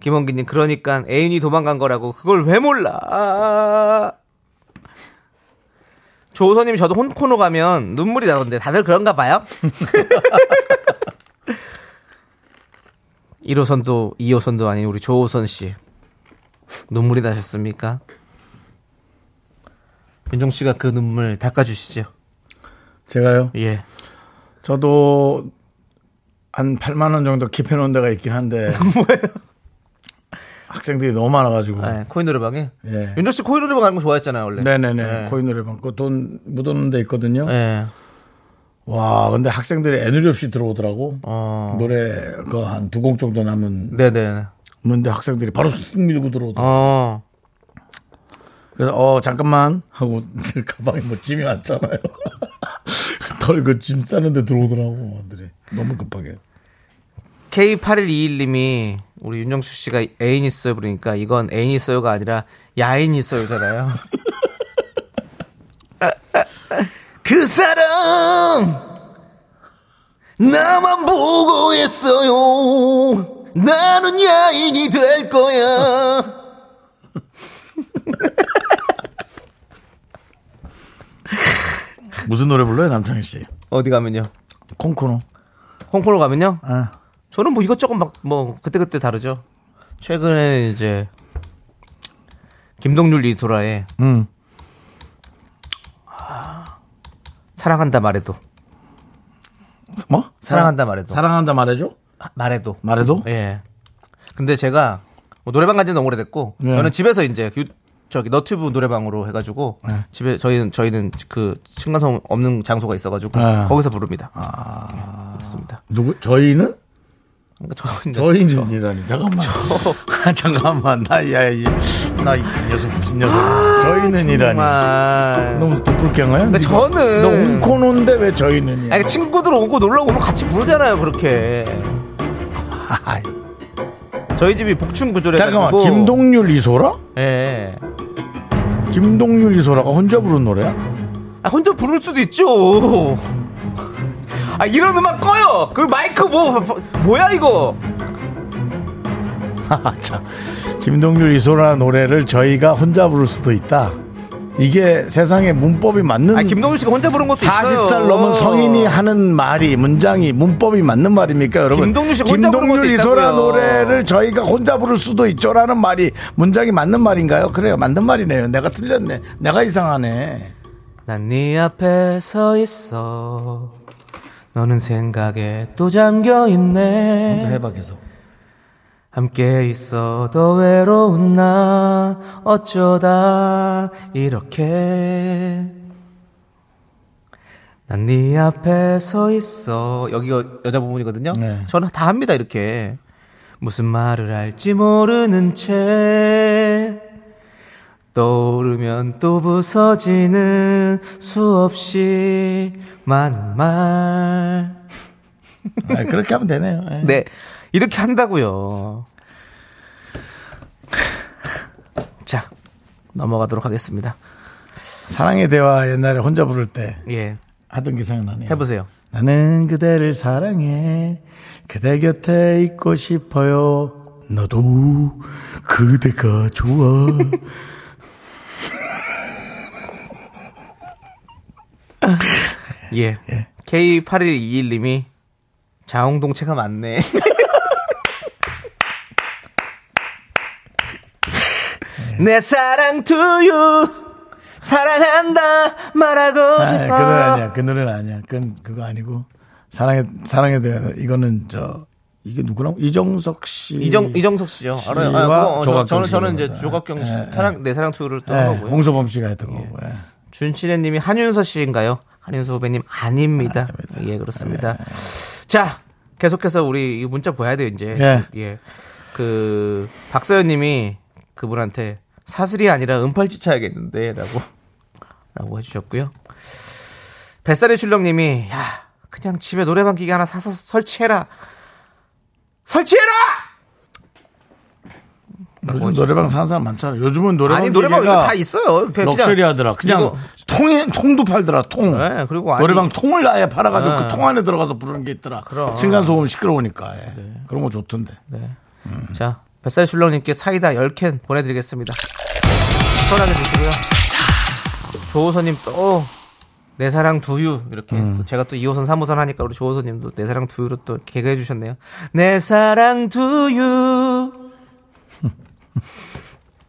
S2: 김원기님, 그러니까 애인이 도망간 거라고. 그걸 왜 몰라? 조호선님, 저도 혼코노 가면 눈물이 나던데. 다들 그런가 봐요? 1호선도 2호선도 아닌 우리 조호선 씨 눈물이 나셨습니까? 윤종 씨가 그 눈물 닦아주시죠.
S1: 제가요?
S2: 예.
S1: 저도 한 8만 원 정도 킵해놓은 데가 있긴 한데 학생들이 너무 많아가지고
S2: 네, 코인 노래방에
S1: 예.
S2: 윤종 씨 코인 노래방 가는 거 좋아했잖아요 원래.
S1: 네네네 네.
S2: 예.
S1: 코인 노래방 그돈 묻어놓은 데 있거든요.
S2: 예.
S1: 와 근데 학생들이 애누리 없이 들어오더라고
S2: 어.
S1: 노래 그 한 두 곡 정도 남은
S2: 네네.
S1: 문데 학생들이 바로 쑥 밀고 들어오더라고.
S2: 어.
S1: 그래서 어 잠깐만 하고 가방에 뭐 짐이 많잖아요. 덜그 짐 싸는데 들어오더라고 애들이 너무 급하게.
S2: K8121님이 우리 윤정수 씨가 애인 있어요 그러니까 이건 애인 있어요가 아니라 야인 있어요잖아요.
S1: 그 사람 나만 보고 했어요 나는 야인이 될 거야 무슨 노래 불러요 남창희 씨
S2: 어디 가면요?
S1: 콩코노
S2: 홍콩으로 가면요?
S1: 아.
S2: 저는 뭐 이것저것 막 뭐 그때그때 다르죠. 최근에 이제 김동률 이소라의
S1: 음.
S2: 사랑한다 말해도
S1: 뭐?
S2: 사랑한다 말해도
S1: 사랑한다 말해줘
S2: 아, 말해도
S1: 말해도
S2: 예. 근데 제가 뭐 노래방 간지 너무 오래됐고
S1: 네.
S2: 저는 집에서 이제 유- 저기 너튜브 노래방으로 해가지고
S1: 예.
S2: 집에 저희는 저희는 그 층간소음 없는 장소가 있어가지고
S1: 네.
S2: 거기서 부릅니다.
S1: 아.
S2: 그렇습니다.
S1: 누구 저희는
S2: 그러니까 저는
S1: 저희는이라니 잠깐만 잠깐만 나야나이 녀석 미친 녀석 저희는이라니
S2: 정말
S1: 너무 도플갱어야 네가?
S2: 근데 저는-
S1: 너 웅코노인데 왜 저희는
S2: 아니, 그러니까 친구들 오고 놀러 오면 같이 부르잖아요 그렇게. 아, 저희 집이 복층 구조래
S1: 잠깐만
S2: 가지고
S1: 김동률 이소라?
S2: 예.
S1: 김동률 이소라가 혼자 부른 노래야?
S2: 아, 혼자 부를 수도 있죠. 아, 이런 음악 꺼요. 그 마이크 뭐, 뭐야, 이거.
S1: 아, 참. 김동률 이소라 노래를 저희가 혼자 부를 수도 있다 이게 세상에 문법이 맞는
S2: 아 김동준 씨가 혼자 부른 것도 있어요. 어.
S1: 40살 넘은 성인이 하는 말이 문장이 문법이 맞는 말입니까 여러분
S2: 김동률 씨가 혼자 부른
S1: 김동률
S2: 것도
S1: 이소라
S2: 있다고요.
S1: 노래를 저희가 혼자 부를 수도 있죠라는 말이 문장이 맞는 말인가요 그래요 맞는 말이네요 내가 틀렸네 내가 이상하네
S2: 난 네 앞에 서 있어. 너는 생각에 또 잠겨 있네.
S1: 해봐 계속
S2: 함께 있어도 외로운 나 어쩌다 이렇게 난 네 앞에 서 있어 여기가 여자 부분이거든요
S1: 네.
S2: 저는 다 합니다 이렇게 무슨 말을 할지 모르는 채 떠오르면 또 부서지는 수없이 많은 말
S1: 아, 그렇게 하면 되네요 예.
S2: 네. 이렇게 한다고요. 자, 넘어가도록 하겠습니다.
S1: 사랑의 대화 옛날에 혼자 부를 때
S2: 예.
S1: 하던 게 생각나네요
S2: 해보세요.
S1: 나는 그대를 사랑해. 그대 곁에 있고 싶어요. 너도 그대가 좋아.
S2: 예. K8121님이 자웅동체가 많네. 내 사랑 투유 사랑한다 말하고
S1: 아, 그
S2: 싶어.
S1: 노래 아니야. 그 노래 아니야. 그건 그거 아니고 사랑에 사랑에 대한 이거는 저 이게 누구랑 이정석 씨.
S2: 이정 이정석 씨요. 알아요.
S1: 씨와
S2: 아, 그거, 어, 저,
S1: 조각경
S2: 저는
S1: 씨
S2: 저는 이제
S1: 노래다.
S2: 조각경 씨
S1: 예,
S2: 사랑 내 사랑 투유를 또
S1: 예,
S2: 하고요. 아,
S1: 홍서범 씨가 했던 거고. 예.
S2: 준신혜님이 한윤서 씨인가요? 한윤서 후배님 아닙니다. 예 그렇습니다.
S1: 네.
S2: 자 계속해서 우리 이 문자 보야 돼요 이제.
S1: 예.
S2: 예. 그 박서연님이 그분한테 사슬이 아니라 은팔찌 차야겠는데라고 라고 해주셨고요. 뱃살의 출렁님이 야 그냥 집에 노래방 기계 하나 사서 설치해라. 설치해라!
S1: 요즘 노래방 사는 사람 많잖아. 요즘은 노래방
S2: 아니 노래방 이거
S1: 기계가
S2: 다 있어요. 그냥
S1: 럭셔리하더라. 그냥
S2: 이거-
S1: 통에 통도 팔더라. 통.
S2: 네, 그리고 아니-
S1: 노래방 통을 아예 팔아가지고
S2: 네.
S1: 그 통 안에 들어가서 부르는 게 있더라.
S2: 그럼. 네.
S1: 층간 소음 시끄러우니까. 예. 그런 거 좋던데.
S2: 자, 뱃살 술렁님께 사이다 10캔 보내드리겠습니다. 편하게 드시고요. 조호선님 또, 내 사랑 두유. 이렇게.
S1: 음.
S2: 또 제가 또 2호선, 3호선 하니까 우리 조호선님도 내 사랑 두유로 또 개그해 주셨네요. 내 사랑 두유.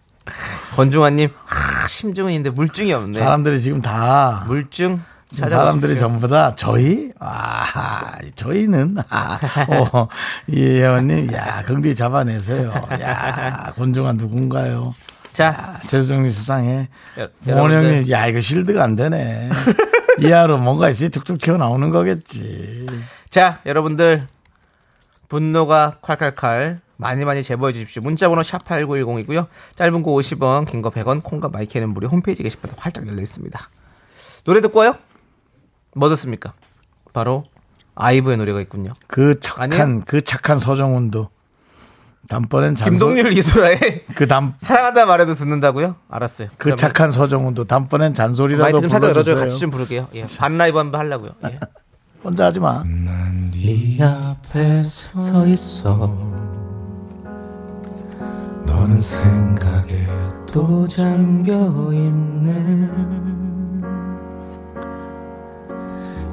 S2: 권중환님, 아, 심증은인데 물증이 없네.
S1: 사람들이 지금 다
S2: 물증?
S1: 지금
S2: 찾아보십시오.
S1: 사람들이 전부 다 저희 아 저희는 아, 어, 이예원님 야 긍디 잡아내세요 야 권중한 누군가요
S2: 자,
S1: 재수정님 수상해
S2: 여-
S1: 아, 원영님 야 이거 실드가 안 되네 이하로 뭔가 있으니 툭툭 튀어 나오는 거겠지
S2: 자, 여러분들 분노가 칼칼칼 많이 많이 제보해 주십시오. 문자번호 샵 #8910이고요. 짧은 거 50원, 긴 거 100원, 콩과 마이크는 무료 홈페이지 게시판 활짝 열려 있습니다. 노래 듣고 와요. 뭐 듣습니까? 바로 아이브의 노래가 있군요.
S1: 그 착한
S2: 아니요.
S1: 그 착한 서정훈도 담번엔 잔소
S2: 김동률 이소라의
S1: 그담
S2: 사랑한다 말해도 듣는다고요? 알았어요.
S1: 그
S2: 그러면
S1: 착한 서정훈도 담번엔 잔소리라도
S2: 마이크 좀 살짝 열어줘요.
S1: 불러주세요
S2: 같이 좀 부를게요. 예, 반 라이브 한번 하려고요. 예.
S1: 혼자 하지 마
S2: 서 있어.
S6: 너는 생각에
S2: 또 잠겨 있네.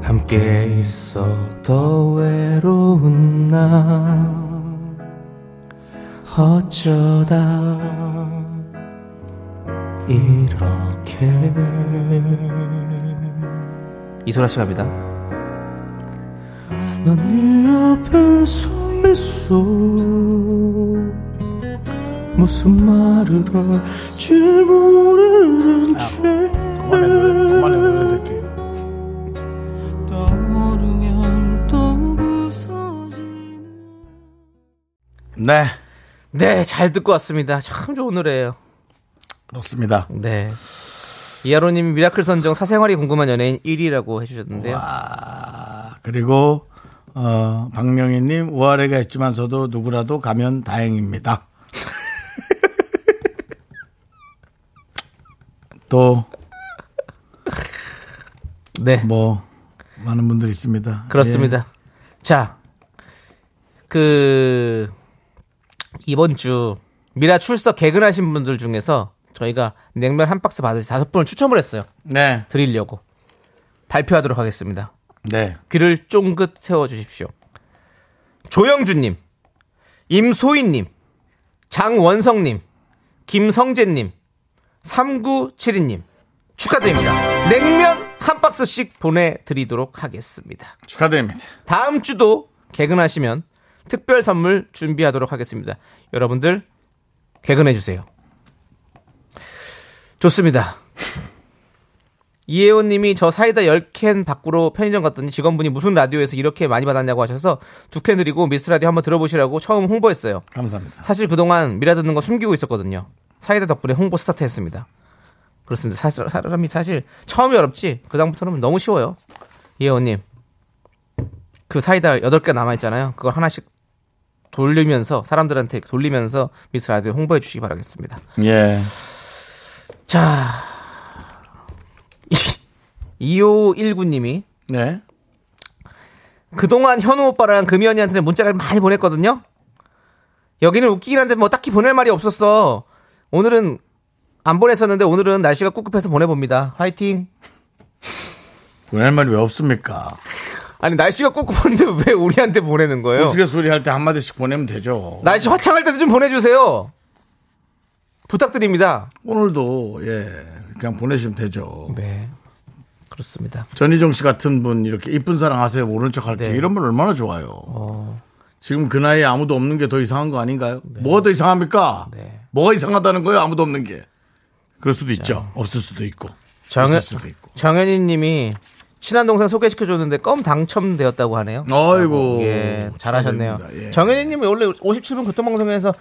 S2: 함께 있어 더 외로운 나 어쩌다 이렇게 이소라 씨가 합니다. 난네 앞에 서 있어 무슨 말을 할지 모르는 채
S1: 그만해 노래 그만해 노래 듣게 네
S2: 네, 잘 듣고 왔습니다. 참 좋은 노래예요.
S1: 그렇습니다
S2: 네. 이하로님이 미라클 선정 사생활이 궁금한 연예인 1위라고 해주셨는데요.
S1: 와 아, 그리고 어, 박명희님 우아래가 있지만서도 누구라도 가면 다행입니다 또 뭐
S2: 네,
S1: 많은 분들이 있습니다 예.
S2: 그렇습니다. 자, 그 이번 주 미라 출석 개근하신 분들 중에서 저희가 냉면 한 박스 받으시 다섯 분을 추첨을 했어요.
S1: 네.
S2: 드리려고 발표하도록 하겠습니다.
S1: 네.
S2: 귀를 쫑긋 세워주십시오. 조영주님, 임소희님, 장원성님, 김성재님, 3972님 축하드립니다. 냉면 한 박스씩 보내드리도록 하겠습니다.
S1: 축하드립니다.
S2: 다음 주도 개근하시면 특별 선물 준비하도록 하겠습니다. 여러분들 개근해 주세요. 좋습니다. 이혜원 님이 저 사이다 10캔 밖으로 편의점 갔더니 직원분이 무슨 라디오에서 이렇게 많이 받았냐고 하셔서 두 캔 드리고 미스 라디오 한번 들어보시라고 처음 홍보했어요.
S1: 감사합니다.
S2: 사실 그동안 미라 듣는 거 숨기고 있었거든요. 사이다 덕분에 홍보 스타트 했습니다. 그렇습니다. 사실, 사람이 사실 처음이 어렵지 그다음부터는 너무 쉬워요. 예원님 그 사이다 8개 남아있잖아요. 그걸 하나씩 돌리면서 사람들한테 돌리면서 미스 라디오 홍보해 주시기 바라겠습니다.
S1: 예.
S2: 자 2519님이
S1: 네.
S2: 그동안 현우 오빠랑 금이 언니한테는 문자를 많이 보냈거든요. 여기는 웃기긴 한데 뭐 딱히 보낼 말이 없었어. 오늘은 안 보냈었는데 오늘은 날씨가 꿉꿉해서 보내봅니다. 화이팅.
S1: 보낼 말이 왜 없습니까?
S2: 아니 날씨가 꿉꿉한데 왜 우리한테 보내는 거예요?
S1: 우스갯소리 할 때 한마디씩 보내면 되죠.
S2: 날씨 화창할 때도 좀 보내주세요. 부탁드립니다.
S1: 오늘도, 예. 그냥 보내시면 되죠.
S2: 네. 그렇습니다.
S1: 전희정 씨 같은 분, 이렇게 이쁜 사랑 하세요. 모른 척 할게요.
S2: 네.
S1: 이런 분 얼마나 좋아요. 지금 그 나이에 아무도 없는 게 더 이상한 거 아닌가요? 뭐가 더 이상합니까?
S2: 네.
S1: 뭐가 이상하다는 거예요? 아무도 없는 게. 그럴 수도 있죠. 없을 수도 있고.
S2: 정현,
S1: 있을 수도 있고.
S2: 정현이 님이 친한 동생 소개시켜줬는데 껌 당첨되었다고 하네요.
S1: 어, 아이고.
S2: 예, 잘하셨네요.
S1: 축하드립니다. 예.
S2: 정현이 님이 원래 57분 교통방송에서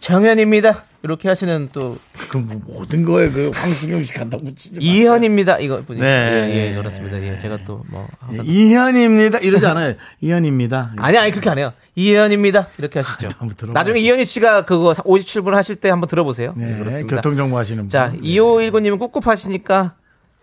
S2: 정현입니다. 이렇게 하시는 또
S1: 그 뭐- 모든 거에 그 황순영 씨 간다고 붙이지. 마.
S2: 이현입니다. 이거 분이.
S1: 네.
S2: 예, 예, 그렇습니다. 예, 제가 또 뭐 항상
S1: 이현입니다. 이러지 않아요. 이현입니다.
S2: 아니 아니 그렇게 안 해요. 이현입니다. 이렇게 하시죠.
S1: 한번 아, 들어봐요.
S2: 나중에 이현희 씨가 그거 57분 하실 때 한번 들어보세요.
S1: 네,
S2: 네, 그렇습니다.
S1: 교통정보 네. 하시는 분.
S2: 자, 2519님은 꿉꿉하시니까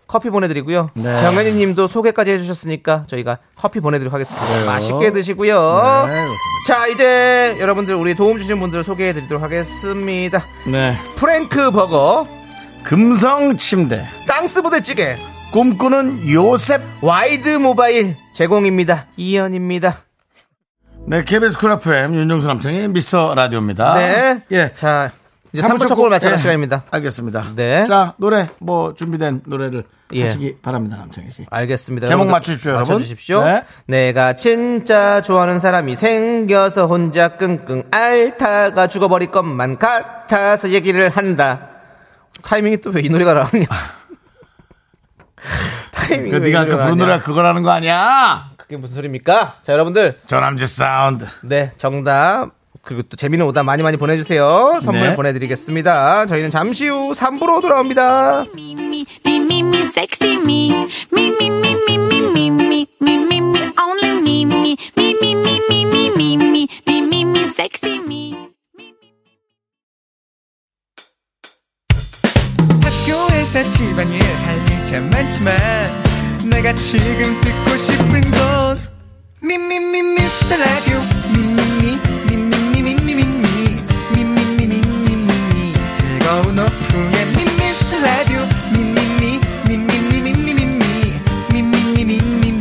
S2: 커피 보내드리고요.
S1: 네.
S2: 정현희 님도 소개까지 해주셨으니까 저희가 커피 보내드리도록 하겠습니다.
S1: 그래요.
S2: 맛있게 드시고요.
S1: 네, 그렇습니다.
S2: 자, 이제 여러분들 우리 도움 주신 분들 소개해드리도록 하겠습니다.
S1: 네.
S2: 프랭크 버거,
S1: 금성 침대.
S2: 땅스 부대찌개,
S1: 꿈꾸는 요셉.
S2: 와이드 모바일 제공입니다. 이현입니다.
S1: 네, KBS 쿨 FM 윤정수 남창의 미스터 라디오입니다.
S2: 네.
S1: 예.
S2: 자, 이제
S1: 삼부
S2: 3부 첫
S1: 첫 곡,
S2: 곡을 마쳐갈
S1: 예.
S2: 시간입니다.
S1: 알겠습니다.
S2: 네.
S1: 자, 노래, 뭐, 준비된 노래를
S2: 예. 아,
S1: 하시기 바랍니다, 남창희 씨.
S2: 알겠습니다.
S1: 제목
S2: 여러분들
S1: 맞추십시오, 여러분.
S2: 맞춰주십시오.
S1: 네.
S2: 내가 진짜 좋아하는 사람이 생겨서 혼자 끙끙 앓다가 죽어버릴 것만 같아서 얘기를 한다. 타이밍이 또 왜 이 노래가 나왔냐? 타이밍이
S1: 그,
S2: 왜
S1: 네가
S2: 이
S1: 아까
S2: 노래가
S1: 부른
S2: 나왔냐?
S1: 노래가 그거라는 거 아니야?
S2: 그게 무슨 소리입니까? 자, 여러분들.
S1: 저남지 사운드.
S2: 네, 정답. 그리고 또 재미있는 오답 많이 많이 보내주세요. 선물
S1: 네.
S2: 보내드리겠습니다. 저희는 잠시 후 3부로 돌아옵니다.
S7: Me, me, me, me, me, sexy me. Me, me, me, me, me, me, me, me, me, me, only me, me. Me, me, me, me, me, me, me, me, me, me, sexy me.
S8: 학교에서 집안일 할 일 참 많지만 내가 지금 듣고 싶은 건 미미미 미스터 라디오 미미미 미미미 미미미 미미미 미미미 즐거운 오후에 미스터 라디오 미미미 미미미 미미미 미미미 미미미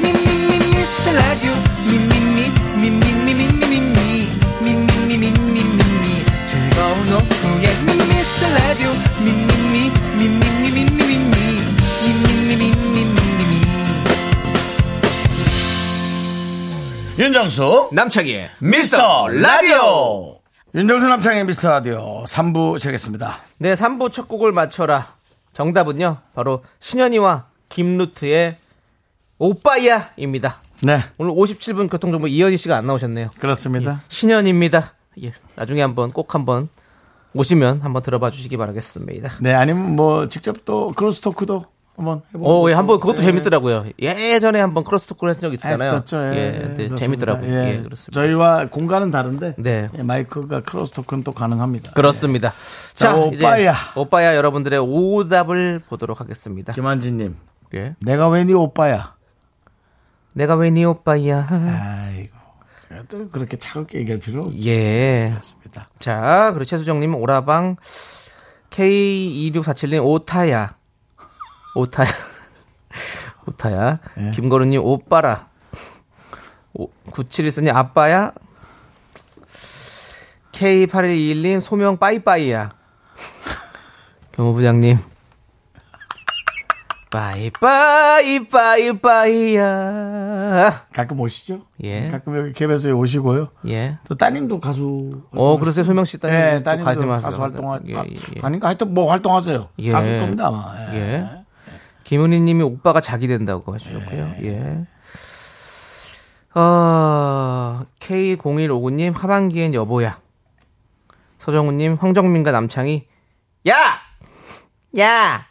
S8: 미미미 미스터 라디오 미미미 미미미 미미미 미미미 미미미 즐거운 오후에 미스터 라디오 미미미 미미미 미미미 미미미 미미미
S1: 윤정수.
S2: 남창희의
S1: 미스터 라디오. 윤정수 남창의 미스터 라디오 3부 시작했습니다.
S2: 네, 3부 첫 곡을 맞춰라. 정답은요, 바로 신현이와 김루트의 오빠야입니다.
S1: 네.
S2: 오늘 57분 교통정보 이현희 씨가 안 나오셨네요.
S1: 그렇습니다.
S2: 신현입니다. 예, 나중에 한번 꼭 한번 오시면 한번 들어봐 주시기 바라겠습니다.
S1: 네, 아니면 뭐 직접 또 크로스토크도 한번 해보고.
S2: 오, 예, 한번 그것도 재밌더라고요. 예전에 한번 크로스토크를 했은 적 있잖아요.
S1: 네. 했었죠. 예,
S2: 네,
S1: 그렇습니다.
S2: 재밌더라고요. 예, 그렇습니다.
S1: 저희와 공간은 다른데
S2: 네.
S1: 예, 마이크가 크로스토크는 또 가능합니다.
S2: 그렇습니다.
S1: 자, 오빠야.
S2: 이제 오빠야 여러분들의 오답을 보도록 하겠습니다.
S1: 김한진님,
S2: 예.
S1: 내가 왜 네 오빠야? 아.
S2: 내가 왜 네 오빠야?
S1: 아이고. 또 그렇게 차갑게 얘기할 필요는
S2: 예.
S1: 없습니다.
S2: 자, 그리고 최수정님, 오라방, K2647님, 오타야. 오타야. 오타야.
S1: 예.
S2: 김거루님, 오빠라. 971쓰님, 아빠야. K8121님, 소명 빠이빠이야. 경호부장님. 빠이빠이, 빠이빠이야.
S1: 가끔 오시죠? 네,
S2: 예.
S1: 가끔 여기 캡에서 오시고요.
S2: 예.
S1: 또 따님도 가수.
S2: 어, 그러세요, 소명 씨 따님.
S1: 예,
S2: 또
S1: 따님도
S2: 가수
S1: 가수,
S2: 좀 하세요.
S1: 활동하,
S2: 예,
S1: 아,
S2: 예, 예.
S1: 아닌가? 하여튼 뭐 활동하세요.
S2: 예.
S1: 가수일 겁니다, 아마. 예.
S2: 예. 김은희 님이 오빠가 자기 된다고 하셨고요. 예. 어, K0159님, 하반기엔 여보야. 서정우님, 황정민과 남창희, 야! 야!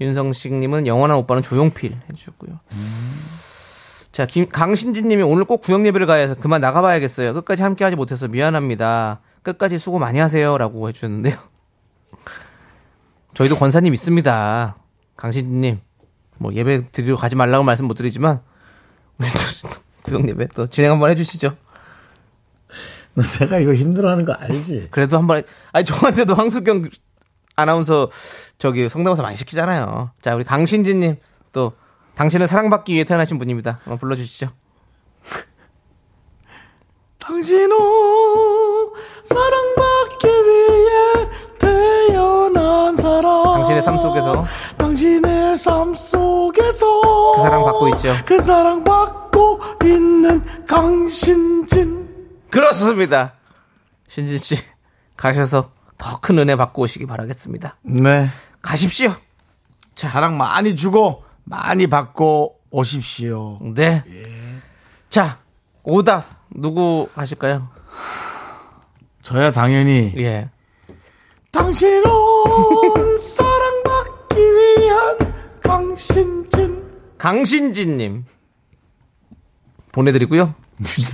S2: 윤성식님은 영원한 오빠는 조용필 해주셨고요. 자, 김, 강신진님이 오늘 꼭 구역 예배를 가야 해서 그만 나가봐야겠어요. 끝까지 함께하지 못해서 미안합니다. 끝까지 수고 많이 하세요라고 해주셨는데요. 저희도 권사님 있습니다. 강신진님, 뭐 예배 드리러 가지 말라고 말씀 못 드리지만 우리 또 구역 예배 또 진행 한번 해주시죠.
S1: 너 내가 이거 힘들어하는 거 알지?
S2: 그래도 한번 아니 저한테도 황수경 아나운서 저기 성대모사 많이 시키잖아요. 자 우리 강신진님 또 당신은 사랑받기 위해 태어나신 분입니다. 한번 불러주시죠.
S1: 당신은 사랑받기 위해 태어난 사람.
S2: 당신의 삶 속에서.
S1: 당신의 삶 속에서.
S2: 그 사랑 받고 있죠.
S1: 그 사랑 받고 있는 강신진.
S2: 그렇습니다. 신진 씨 가셔서 더 큰 은혜 받고 오시기 바라겠습니다.
S1: 네.
S2: 가십시오.
S1: 사랑 많이 주고, 많이 받고 오십시오.
S2: 네. 자 오답 누구 하실까요?
S1: 저야 당연히.
S2: 예.
S1: 당신은 사랑받기 위한 강신진.
S2: 강신진님 보내드리고요.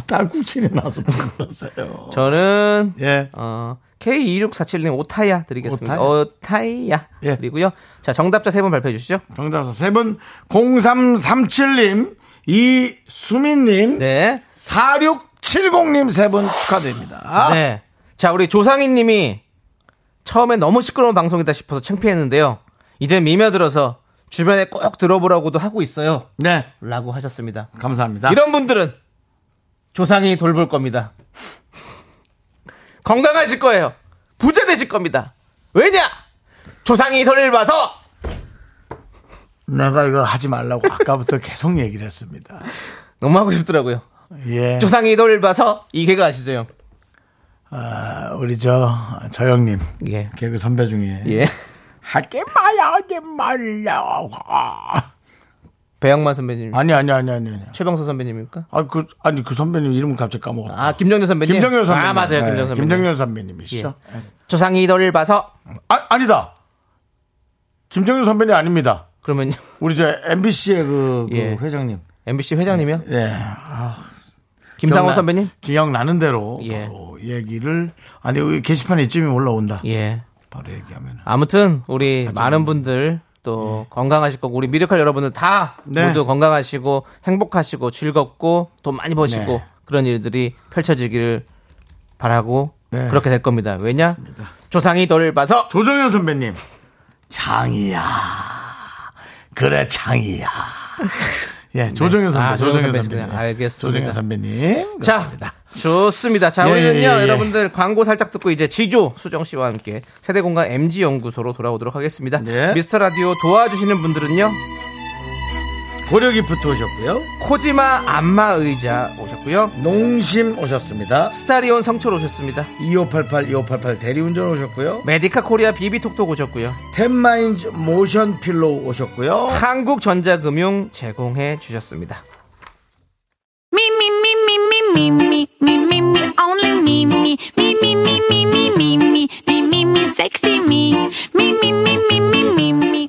S1: 딸꾹질이 나서 그러세요.
S2: 저는
S1: 예.
S2: 어, K2647님 오타야 드리겠습니다. 오타야.
S1: 예.
S2: 그리고요. 자, 정답자 세 분 발표해 주시죠.
S1: 정답서 세 분, 0337님, 이수민님,
S2: 네.
S1: 4670님 세 분 축하드립니다.
S2: 네. 자, 우리 조상희 님이 처음에 너무 시끄러운 방송이다 싶어서 창피했는데요. 이제 미며들어서 주변에 꼭 들어보라고도 하고 있어요.
S1: 네,
S2: 라고 하셨습니다.
S1: 감사합니다.
S2: 이런 분들은 조상이 돌볼 겁니다. 건강하실 거예요. 부자 되실 겁니다. 왜냐? 조상이 돌봐서
S1: 내가 이걸 하지 말라고 아까부터 계속 얘기를 했습니다.
S2: 너무 하고 싶더라고요.
S1: 예.
S2: 조상이 돌봐서 이 개그 아시죠, 형?
S1: 아, 우리 저, 저 형님.
S2: 예.
S1: 개그 선배 중에.
S2: 예.
S1: 하지 마야, 하지 말라고.
S2: 배영만 선배님,
S1: 아니, 아니, 아니, 아니. 아니.
S2: 최병서 선배님입니까?
S1: 아, 그, 아니, 그 선배님 이름은 갑자기 까먹었다.
S2: 아 김정현 선배님.
S1: 김정현 선배님. 네,
S2: 아 맞아요, 김정현 선배님.
S1: 김정현 선배님이시죠.
S2: 예. 조상이 돌봐서
S1: 아, 아니다. 김정현 선배님 아닙니다.
S2: 그러면
S1: 우리 저 MBC의 그, 그
S2: 예.
S1: 회장님.
S2: MBC 회장님이요?
S1: 예.
S2: 김상호
S1: 기억나-
S2: 선배님?
S1: 기억나는 대로
S2: 예.
S1: 바로 얘기를 아니 여기 게시판에 이쯤이 올라온다.
S2: 예.
S1: 바로 얘기하면.
S2: 아무튼 우리 많은 분들 또 건강하실 거고 우리 미력할 여러분들 다
S1: 네.
S2: 모두 건강하시고 행복하시고 즐겁고 돈 많이 버시고
S1: 네.
S2: 그런 일들이 펼쳐지기를 바라고
S1: 네.
S2: 그렇게 될 겁니다. 왜냐? 조상이 돌봐서
S1: 조정현 선배님. 창이야. 그래 창이야. 예, 조정현 선배.
S2: 아, 조정현
S1: 조정현
S2: 선배님.
S1: 선배님.
S2: 알겠습니다.
S1: 조정현 선배님.
S2: 자, 좋습니다. 자,
S1: 예,
S2: 우리는요,
S1: 예, 예.
S2: 여러분들 광고 살짝 듣고 이제 지조 수정 씨와 함께 세대 공간 MG 연구소로 돌아오도록 하겠습니다.
S1: 네.
S2: 미스터 라디오 도와주시는 분들은요,
S1: 고려기프트 오셨고요.
S2: 코지마 안마 의자 오셨고요,
S1: 농심 오셨습니다.
S2: 스타리온 성철 오셨습니다.
S1: 2588, 2588 대리운전 오셨고요.
S2: 메디카 코리아 비비톡톡 오셨고요.
S1: 텐마인즈 모션 필로우 오셨고요.
S2: 한국전자금융 제공해 주셨습니다.
S5: Me, me, me, me, me, me, me, me, me, me, only me, me, me, me, me, me, me, me, me, me, me, me, sexy me, me, me, me, me, me, me, me.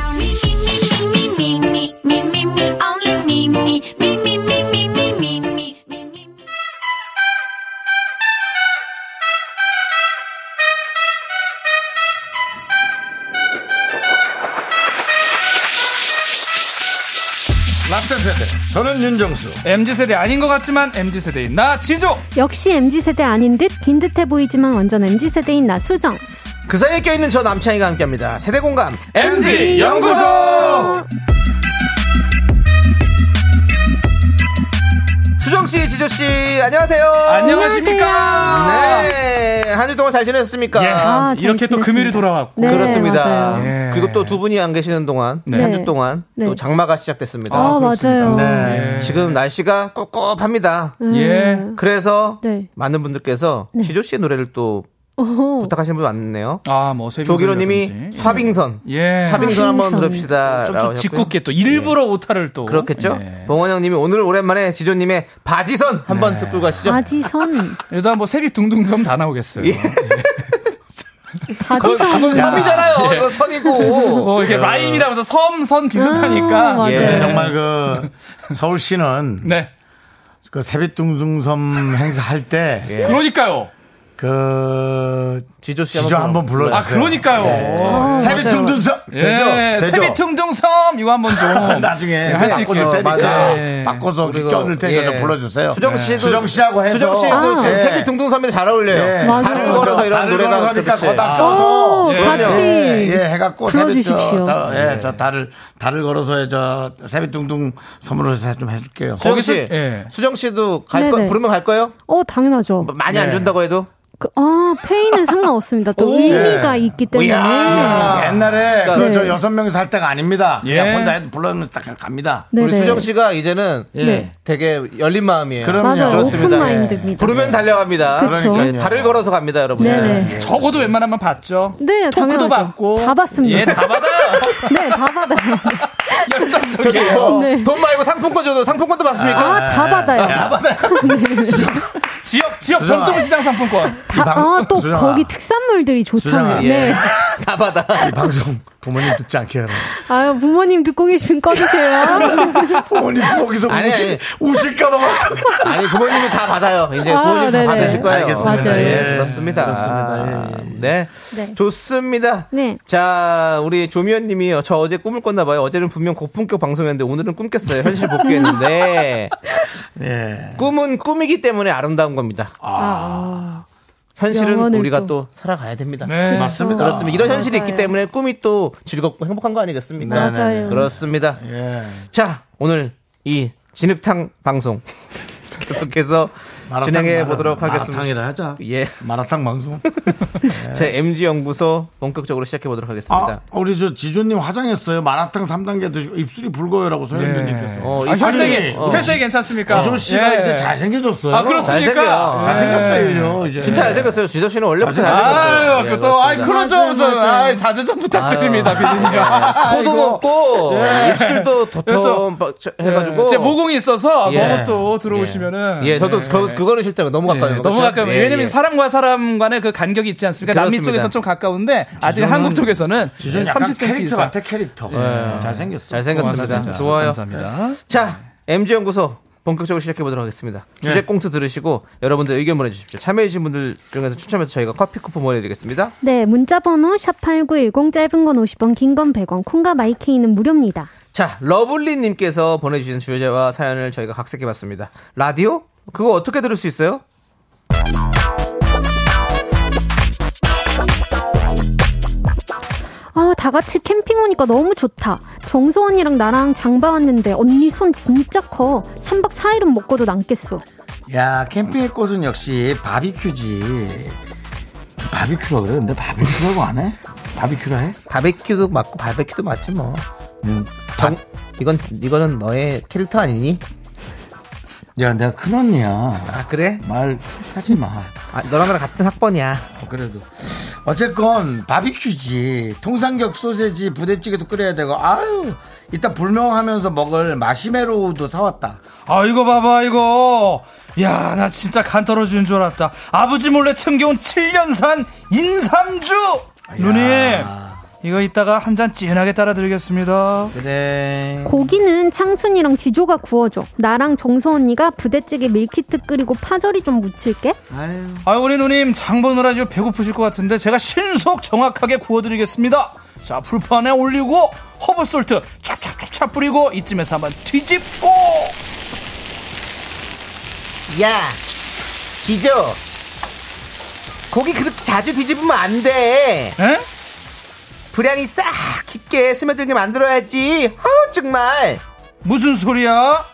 S5: Me, me, me, me, me, me, me, me, only me, me, me, me, me, me, me, me, me, me, me, me.
S9: 랍센세대 저는 윤정수
S10: MZ세대 아닌 것 같지만 MZ세대인 나 지조
S7: 역시 MZ세대 아닌 듯 긴 듯해 보이지만 완전 MZ세대인 나 수정.
S2: 그 사이에 껴있는 저 남창희가 함께합니다 세대 공감
S7: 네.
S9: MG
S7: 아,
S9: 연구소
S2: 수정씨 지조씨 안녕하세요
S10: 안녕하십니까
S2: 네, 한 주 동안 잘 지내셨습니까?
S7: 아, 잘
S10: 이렇게 또
S7: 지냈습니다.
S10: 금요일이 돌아왔고
S7: 네,
S2: 그렇습니다.
S7: 맞아요.
S10: 예.
S2: 그리고 또 두 분이 안 계시는 동안
S7: 네.
S2: 한 주 동안
S7: 네.
S2: 또 장마가 시작됐습니다.
S7: 아,
S10: 그렇습니다.
S7: 맞아요.
S1: 네.
S2: 지금 날씨가 꿉꿉합니다.
S7: 음,
S10: 예.
S2: 그래서
S7: 네.
S2: 많은 분들께서 지조 씨의 노래를 또
S7: 어허.
S2: 부탁하시는 분 많네요.
S10: 아뭐
S2: 조기로님이 쇠빙선,
S10: 예.
S2: 쇠빙선 한번
S7: 쇠빙선.
S2: 들읍시다.
S10: 좀
S2: 라고 하셨고요. 예.
S10: 짓궂게 또 일부러 오타를 또
S2: 그렇겠죠?
S10: 예.
S2: 봉원 형님이 오늘 오랜만에 지조님의 바지선 한번
S10: 네.
S2: 듣고 가시죠.
S7: 아, 바지선.
S10: 일단 뭐 색이 둥둥섬 다 나오겠어요.
S7: 바지선.
S2: 예.
S10: 예.
S2: 섬이잖아요. 이거 그 선이고.
S10: 뭐 이렇게 라임이라면서 섬 선
S7: 아,
S10: 비슷하니까.
S7: 맞아요.
S2: 예.
S1: 근데 네, 정말 그 서울시는
S10: 네.
S1: 그 세빛둥둥섬 행사할
S2: 예.
S10: 그러니까요.
S1: 때그
S2: 지조 씨
S1: 지조 한번 불러주세요.
S10: 아 그러니까요.
S2: 예. 어,
S7: 아, 맞아요.
S1: 세빛둥둥섬
S10: 예.
S1: 되죠? 되죠?
S10: 세비퉁둥섬 이거 한번
S2: 예.
S10: 좀
S1: 나중에 그
S10: 할수
S1: 바꿔줄
S10: 있게요.
S1: 테니까
S10: 맞아요.
S1: 바꿔서
S2: 그리고,
S1: 껴줄 테니까
S2: 예.
S1: 좀 불러주세요. 네.
S2: 수정 씨도
S1: 수정 씨하고 해서
S2: 수정 씨도
S7: 아.
S2: 세-
S1: 예.
S2: 세비 둥둥섬이 잘 어울려요.
S1: 예.
S7: 맞아요.
S2: 다른 걸어서 이런 어,
S1: 다른
S2: 노래가
S1: 걸어서니까
S2: 그렇지.
S1: 거다 껴서
S7: 오,
S10: 예.
S7: 같이.
S1: 예, 예, 해갖고
S7: 불러주십시오.
S1: 세빛 저,
S2: 네.
S1: 저, 예, 저 달을 달을 걸어서 저 세빛둥둥 섬으로 해서 좀 해줄게요.
S2: 수정 씨,
S10: 거기서- 예.
S2: 수정 씨도 갈
S7: 네네.
S2: 거, 부르면 갈 거예요?
S7: 어, 당연하죠.
S2: 뭐 많이
S1: 네.
S2: 안 준다고 해도
S7: 그, 아, 페이는 상관없습니다. 또 의미가 있기 때문에.
S1: 옛날에 그
S7: 네.
S1: 저 여섯 명이서 할 때가 아닙니다.
S10: 예.
S1: 그냥 혼자 해도 불러면 딱 갑니다.
S7: 네네.
S2: 우리 수정 씨가 이제는
S1: 예.
S7: 네.
S2: 되게 열린 마음이에요.
S1: 그럼요.
S7: 맞아요. 오픈
S2: 그렇습니다.
S7: 마인드입니다.
S2: 부르면 달려갑니다.
S7: 그쵸.
S1: 그러니까요.
S2: 달을 걸어서 갑니다, 여러분.
S7: 네네.
S10: 예. 적어도 웬만하면 봤죠.
S7: 네,
S10: 토크도
S7: 당연하죠.
S10: 받고
S7: 다 봤습니다.
S10: 예, 다 받아요.
S7: 네, 다 받아요.
S10: 열정적이에요.
S2: 어,
S7: 네.
S2: 돈 말고 상품권 줘도 상품권도 받습니까?
S7: 아, 다 받아요.
S10: 지역 지역
S1: 수정아.
S10: 전통시장 상품권.
S7: 다,
S1: 방-
S7: 아, 또
S1: 수정아.
S7: 거기 특산물들이 좋잖아요.
S1: 수정아,
S7: 네.
S2: 다 받아.
S1: 이 방송 부모님 듣지 않게 해라.
S7: 아유, 부모님 듣고 계시면 꺼주세요.
S1: 부모님 거기서
S2: 아니,
S1: 우실, 우실까봐 걱정.
S2: 아니, 부모님이 다 받아요. 이제
S7: 아,
S2: 부모님 다
S7: 네네.
S2: 받으실 거예요.
S1: 알겠습니다.
S7: 맞아요.
S1: 예.
S2: 그렇습니다.
S1: 그렇습니다. 예,
S2: 네.
S7: 네.
S2: 좋습니다.
S7: 네.
S2: 자, 우리 조미연 님이요. 저 어제 꿈을 꿨나 봐요. 어제는 분명 고품격 방송이었는데 오늘은 꿈 깼어요. 현실 복귀했는데.
S1: 예.
S2: 꿈은 꿈이기 때문에 아름다운 겁니다. 현실은
S7: 영원을
S2: 우리가 또.
S7: 또.
S2: 살아가야 됩니다.
S10: 네.
S1: 맞습니다.
S2: 그렇습니다. 이런 현실이 있기
S7: 맞아요.
S2: 때문에 꿈이 또 즐겁고 행복한 거 아니겠습니까?
S1: 네네네.
S7: 맞아요.
S2: 그렇죠. 그렇습니다.
S1: 예.
S2: 자, 오늘 이 진흙탕 방송 계속해서
S1: 마라탕,
S2: 진행해
S1: 마라-
S2: 보도록 하겠습니다.
S1: 마라탕이라 하자.
S2: 예.
S1: 마라탕 방송.
S10: 네.
S2: 제 MG 연구소 본격적으로 시작해 보도록
S1: 아,
S2: 하겠습니다.
S1: 우리 저 지조님 화장했어요. 마라탕 3단계 드시고 입술이 붉어요라고 서현준님께서.
S2: 어,
S10: 아,
S2: 이-
S10: 혈색이
S2: 어.
S10: 혈색이 괜찮습니까?
S1: 지조 씨가
S10: 예.
S1: 이제 잘생겨졌어요.
S10: 아 그렇습니까? 네.
S2: 잘생겨요.
S1: 잘생겼어요, 이제.
S2: 진짜 잘생겼어요. 지저 씨는 원래부터 잘생겼어요.
S10: 아유,
S2: 예,
S10: 그또 아이
S2: 그렇습니다. 예,
S10: 그러죠, 저
S7: 맞아요.
S10: 아이 자제 좀 부탁드립니다, 비디님. 네.
S2: 코도 높고 입술도 도톰 해가지고
S10: 제 모공이 있어서
S2: 예.
S10: 너무 또 들어오시면은 네.
S2: 예, 저도 그, 그거는 싫다고 너무 가까워요.
S10: 너무
S2: 그렇죠?
S10: 가까워.
S2: 예,
S10: 왜냐면
S2: 예.
S10: 사람과 사람 간의 그 간격이 있지 않습니까? 남미
S2: 그렇습니다.
S10: 쪽에서 좀 가까운데 아직 한국 쪽에서는
S1: 지조는 약간
S10: 30cm
S1: 캐릭터
S10: 이상.
S1: 같아, 캐릭터. 예, 잘생겼어.
S2: 잘생겼습니다. 좋아요.
S10: 감사합니다.
S2: 자, MG 연구소 본격적으로 시작해 보도록 하겠습니다. 주제 꽁트 들으시고 여러분들 의견 보내주십시오. 참여해주신 분들 중에서 추첨해서 저희가 커피 쿠폰 보내드리겠습니다.
S7: 네, 문자번호 샵8910 짧은 건 50원, 긴 건 100원, 콩과 마이케이는 무료입니다.
S2: 자, 러블리님께서 보내주신 주제와 사연을 저희가 각색해봤습니다. 라디오? 그거 어떻게 들을 수 있어요?
S7: 아, 다 같이 캠핑 오니까 너무 좋다. 정소 언니랑 나랑 장봐 왔는데 언니 손 진짜 커. 3박 4일은 먹고도 남겠어.
S1: 야, 캠핑의 꽃은 역시 바비큐지. 바비큐라 그래. 근데 바비큐라고 안 해? 바비큐라 해?
S2: 바베큐도 맞고 바베큐도 맞지 뭐.
S1: 음.
S2: 정 이건 이거는 너의 캐릭터 아니니?
S1: 야, 내가 큰 언니야.
S2: 아 그래?
S1: 말 하지 마.
S2: 아, 너랑 나랑 같은 학번이야.
S1: 그래도 어쨌건 바비큐지 통삼겹 소세지 부대찌개도 끓여야 되고 아유 이따 불명하면서 먹을 마시메로우도 사왔다
S8: 아 이거 봐봐 이거 야 나 진짜 간 떨어지는 줄 알았다 아버지 몰래 챙겨온 7년산 인삼주 누님 이거 이따가 한 잔 진하게 따라 드리겠습니다
S2: 그래.
S7: 고기는 창순이랑 지조가 구워줘. 나랑 정서 언니가 부대찌개 밀키트 끓이고 파절이 좀 무칠게.
S8: 아 우리 누님 장 보느라 좀 배고프실 것 같은데 제가 신속 정확하게 구워드리겠습니다 자 불판에 올리고 허브솔트 찹찹찹찹 뿌리고 이쯤에서 한번 뒤집고
S2: 야, 지조. 고기 그렇게 자주 뒤집으면 안 돼.
S8: 에?
S2: 분량이 싹 깊게 스며들게 만들어야지. 어, 정말.
S8: 무슨 소리야?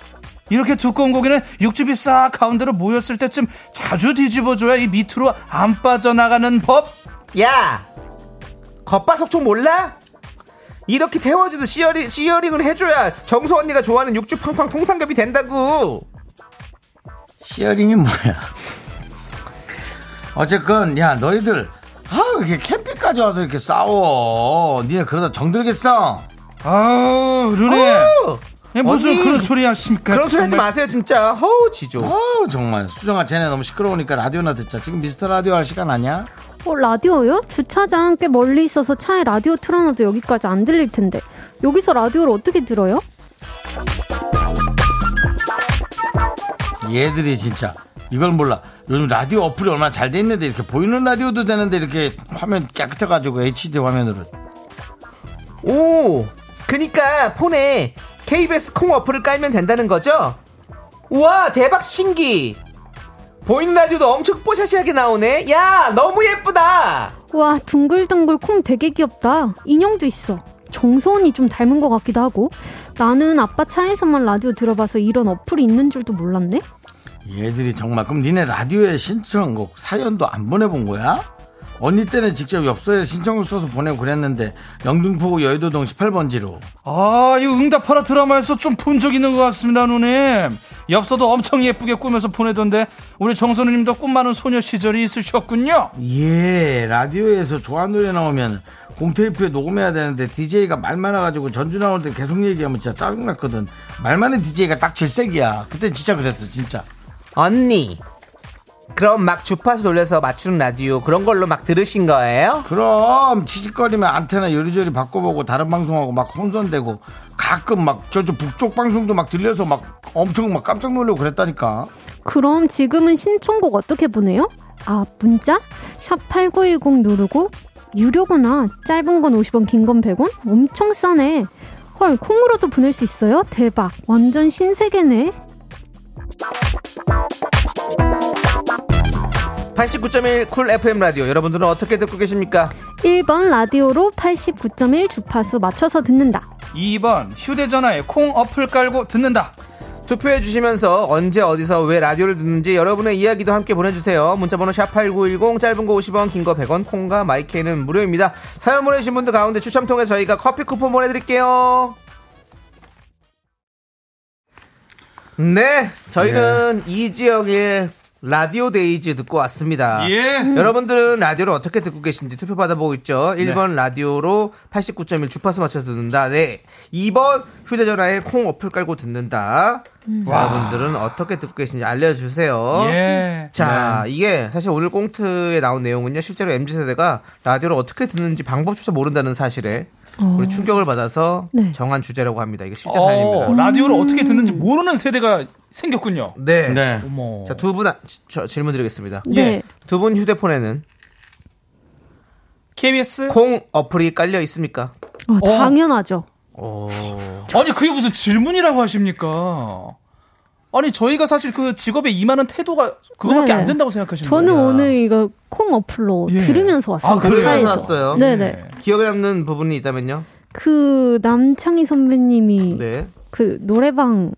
S8: 이렇게 두꺼운 고기는 육즙이 싹 가운데로 모였을 때쯤 자주 뒤집어줘야 이 밑으로 안 빠져나가는 법.
S2: 야, 겉바속촉 몰라? 이렇게 데워줘도 시어링, 시어링을 해줘야 정수 언니가 좋아하는 육즙 팡팡 통삼겹이 된다고.
S1: 시어링이 뭐야 어쨌건 야 너희들 아 이렇게 캠핑까지 와서 이렇게 싸워 니네 그러다 정들겠어
S8: 아우, 루네.
S2: 어우,
S8: 야, 무슨
S2: 언니,
S8: 그런 소리 하십니까?
S2: 그런 소리 하지
S8: 정말. 어,
S2: 마세요, 진짜. 허우, 지조.
S1: 아우 정말 수정아 쟤네 너무 시끄러우니까 라디오나 듣자 지금 미스터 라디오 할 시간 아니야?
S7: 어, 라디오요? 주차장 꽤 멀리 있어서 차에 라디오 틀어놔도 여기까지 안 들릴 텐데. 여기서 라디오를 어떻게 들어요?
S1: 얘들이 진짜 이걸 몰라. 요즘 라디오 어플이 얼마나 잘 돼 있는데 이렇게 보이는 라디오도 되는데 이렇게 화면 깨끗해가지고 HD 화면으로.
S2: 오, 그니까 폰에 KBS 콩 어플을 깔면 된다는 거죠? 우와, 대박 신기. 보이는 라디오도 엄청 뽀샤시하게 나오네. 야, 너무 예쁘다.
S7: 와, 둥글둥글 콩 되게 귀엽다. 인형도 있어. 정서원이 좀 닮은 것 같기도 하고. 나는 아빠 차에서만 라디오 들어봐서 이런 어플이 있는 줄도 몰랐네?
S1: 얘들이 정말 그럼 니네 라디오에 신청곡 사연도 안 보내본 거야? 언니 때는 직접 엽서에 신청을 써서 보내고 그랬는데 영등포구 여의도동 18번지로
S8: 아, 이 응답하라 드라마에서 좀 본 적 있는 것 같습니다, 누님. 엽서도 엄청 예쁘게 꾸며서 보내던데 우리 정선우님도 꿈 많은 소녀 시절이 있으셨군요.
S1: 예 라디오에서 좋아하는 노래 나오면 공테이프에 녹음해야 되는데 DJ가 말 많아가지고 전주 나올 때 계속 얘기하면 진짜 짜증났거든 말 많은 DJ가 딱 질색이야 그때 진짜 그랬어 진짜
S2: 언니. 그럼 막 주파수 돌려서 맞추는 라디오 그런 걸로 막 들으신 거예요?
S1: 그럼 치직거리면 안테나 요리조리 바꿔보고 다른 방송하고 막 혼선되고 가끔 막 저쪽 북쪽 방송도 막 들려서 막 엄청 막 깜짝 놀래고 그랬다니까
S7: 그럼 지금은 신청곡 어떻게 보내요? 아, 문자? 샵8910 누르고? 유료구나. 짧은 건 50원, 긴 건 100원? 엄청 싸네. 헐, 콩으로도 보낼 수 있어요? 대박. 완전 신세계네.
S2: 89.1 쿨 FM 라디오 여러분들은 어떻게 듣고 계십니까?
S7: 1번 라디오로 89.1 주파수 맞춰서 듣는다.
S8: 2번 휴대전화에 콩 어플 깔고 듣는다.
S2: 투표해 주시면서 언제 어디서 왜 라디오를 듣는지 여러분의 이야기도 함께 보내주세요. 문자번호 샵8910 짧은 거 50원 긴 거 100원 콩과 마이케는 무료입니다. 사연 보내주신 분들 가운데 추첨 통해 저희가 커피 쿠폰 보내드릴게요. 네 저희는 이 지역의 라디오 데이즈 듣고 왔습니다.
S8: 예.
S2: 여러분들은 라디오를 어떻게 듣고 계신지 투표 받아보고 있죠.
S8: 네.
S2: 1번 라디오로 89.1 주파수 맞춰서 듣는다. 네. 2번 휴대전화에 콩 어플 깔고 듣는다. 여러분들은 어떻게 듣고 계신지 알려주세요.
S8: 음. 예.
S2: 자, 이게 사실 오늘 꽁트에 나온 내용은요. 실제로 MZ세대가 라디오를 어떻게 듣는지 방법조차 모른다는 사실에 우리 충격을 받아서
S7: 네.
S2: 정한 주제라고 합니다. 이게 실제
S8: 어,
S2: 사연입니다.
S8: 라디오를 어떻게 듣는지 모르는 세대가 생겼군요.
S2: 네.
S1: 네
S8: 어머.
S2: 자, 두 분 아, 질문 드리겠습니다.
S8: 예.
S7: 네.
S2: 두 분 휴대폰에는
S8: KBS
S2: 콩 어플이 깔려 있습니까?
S7: 아, 당연하죠.
S8: 아니 그게 무슨 질문이라고 하십니까? 아니 저희가 사실 그 직업에 임하는 태도가 그거밖에
S7: 네.
S8: 안 된다고 생각하시는 거예요.
S7: 저는 오늘 이거 콩 어플로
S8: 예.
S7: 들으면서 왔어요.
S8: 아, 그래요?
S7: 차에서.
S2: 들으면서 왔어요? 예.
S7: 네네.
S2: 기억에 남는 부분이 있다면요?
S7: 그 남창희 선배님이
S2: 네.
S7: 그 노래방